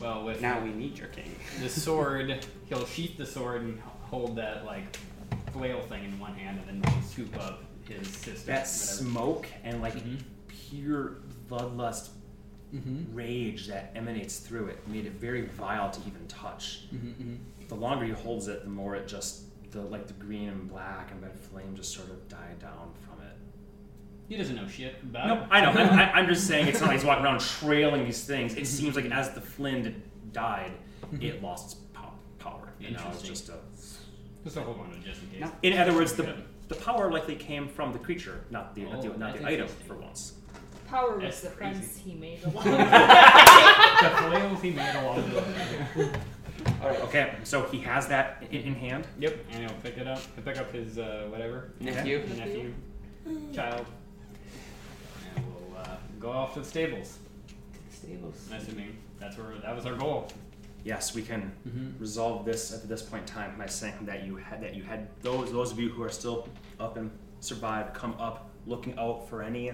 Well, with Now we need your king. the sword, he'll sheath the sword and h- hold that like flail thing in one hand, and then he'll scoop up his sister. That smoke and like Mhm. pure bloodlust Mm-hmm. rage that emanates through it made it very vile to even touch. Mm-hmm. The longer he holds it, the more it just the like the green and black and red flame just sort of died down from it. He doesn't know shit about. No, I know. I'm, I- I'm just saying it's not like he's walking around trailing these things. It seems like as the Flynn died, it lost its pow- power. You know, it's Mm-hmm. Interesting. just a. Just don't hold on to it just in case. No. In other words, the Yeah. the power likely came from the creature, not the not Oh, the, not the that's item interesting. for once. Power was That's the crazy. friends he made along. the flail he made along the way. Alright, Okay, so he has that in, in hand. Yep, and he'll pick it up. He'll pick up his uh, whatever nephew. nephew, child, and we'll uh, go off to the stables. Stables. I'm assuming that's where that was our goal. Yes, we can resolve this at this point in time by saying that you had that you had those those of you who are still up and survived come up looking out for any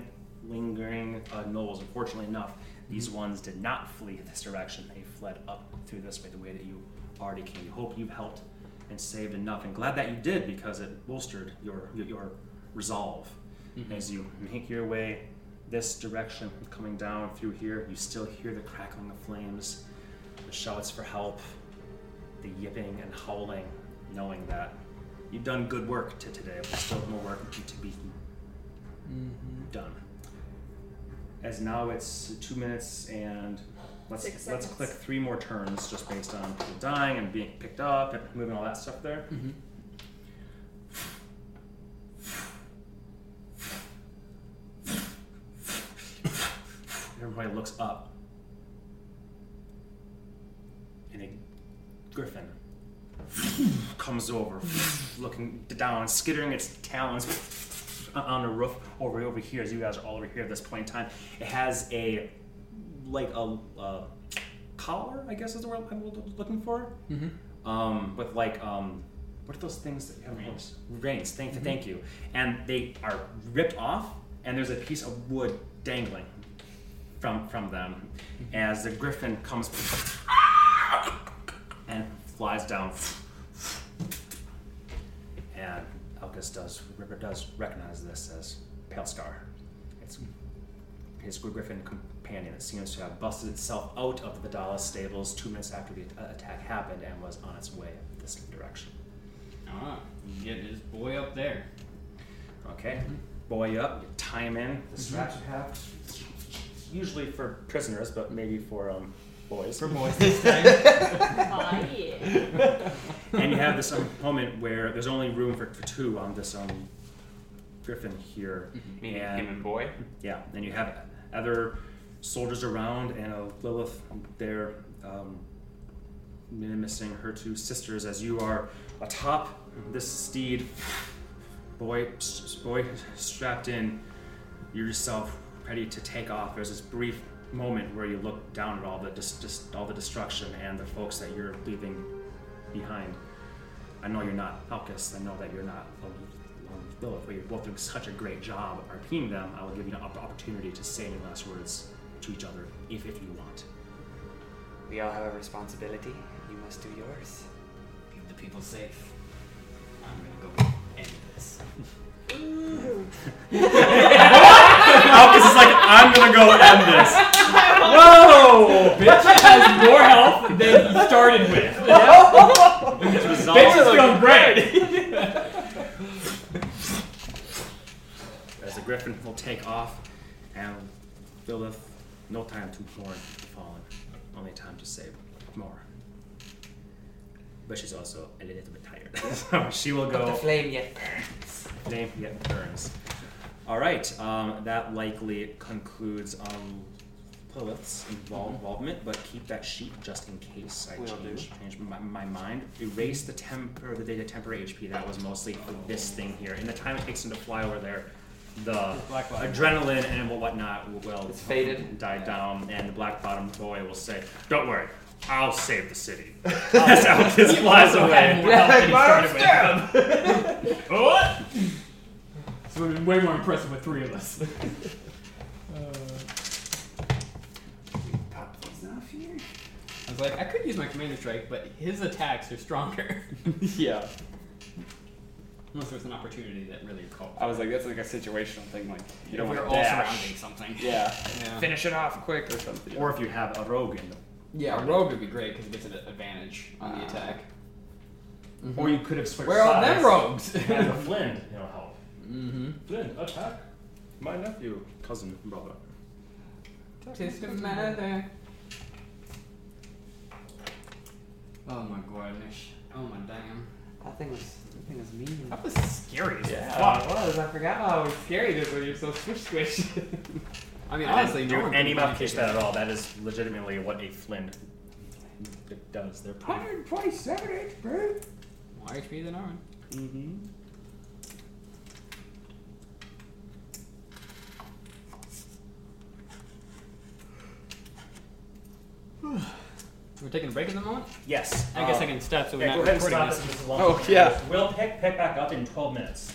lingering uh, gnolls. Unfortunately enough, these ones did not flee this direction. They fled up through this way, the way that you already came. Hope you've helped and saved enough, and glad that you did because it bolstered your your, your resolve as you make your way this direction, coming down through here. You still hear the crackling of flames the shouts for help, the yipping and howling, knowing that you've done good work to today, but still more work to be done. As now it's two minutes and Let's Six let's seconds. click three more turns just based on people dying and being picked up and moving all that stuff there. Everybody looks up, and a griffin comes over, looking down, skittering its talons on- on the roof over over here. As you guys are all over here at this point in time, it has a like a uh, collar, I guess is the word I'm looking for. Mm-hmm. Um, with like um, what are those things that have reins? Reins. Thank, thank you. And they are ripped off, and there's a piece of wood dangling from from them as the griffin comes and flies down. And Elkis does Ripper does recognize this as Pale Scar. It's his griffin companion that seems to have busted itself out of the Vidala stables two minutes after the at- attack happened and was on its way this direction. Ah, you get his boy up there. Okay, boy up, you tie him in. The straps you have, usually for prisoners, but maybe for um, boys. For boys. Oh, yeah. and you have this um, moment where there's only room for, for two on this um, griffin here. Meaning And- him and boy. Yeah, and you have other soldiers around, and uh, Lilith there, um, missing her two sisters as you are atop this steed, boy, s- boy strapped in, you're yourself ready to take off. There's this brief moment where you look down at all the dis- dis- all the destruction and the folks that you're leaving behind. I know you're not Alcus. I know that you're not alone with Lilith, but you're both doing such a great job RPing them. I will give you an opp- opportunity to say any last words to each other if, if you want. We all have a responsibility. You must do yours. Keep the people safe. I'm gonna go end this. Alcus is Oh, like, I'm gonna go end this. Whoa! Bitch has more health than he started with. His resolve- feeling great. as the griffin will take off, and Lilith, no time to mourn the fallen, only time to save more. But she's also a little bit tired, so she will go. But the flame yet burns. Name yet turns. All right, um, that likely concludes um, Lilith's invol- involvement, but keep that sheet just in case I Will do. change, change my, my mind. Erase the temp or the data temporary HP. That was mostly for this thing here. And the time it takes them to fly over there, the black bottom. adrenaline and what- whatnot will- will It's faded. die down, and the black bottom boy will say, "Don't worry." I'll save the city. That's how this flies away. What? This would have been way more impressive with three of us. Uh, Pop those off here. I was like, I could use my commander strike, but his attacks are stronger. yeah. Unless there's an opportunity that really called. I was like, that's like a situational thing. Like you don't if want we're to all dash. surrounding something. Yeah. Yeah. Finish it off quick or something. Or if you have a rogue in the Yeah, rogue would be great because it gets an advantage on the Uh, Ah. attack. Or you could have switched Mm-hmm. Where are them rogues? And have Flynn, you know, help. mm-hmm. Flynn, attack. My nephew. Cousin, brother. Just a matter. Oh my goodness. Oh my damn. That thing was that thing was mean. That was scary as Yeah, fuck. Uh, it was. I forgot how scary it is when you're so squish squish. I mean, I honestly, didn't no one do any could really modification take to that at all. That is legitimately what a Flynn d- does. They're pretty. 127 HP. it. More HP than Arwen. Mm-hmm. We're taking a break at the moment. Yes. I guess uh, I can stop so we're Yeah, not go ahead and recording stop this. this. this is a long Oh, yeah. We'll pick, pick back up in 12 minutes.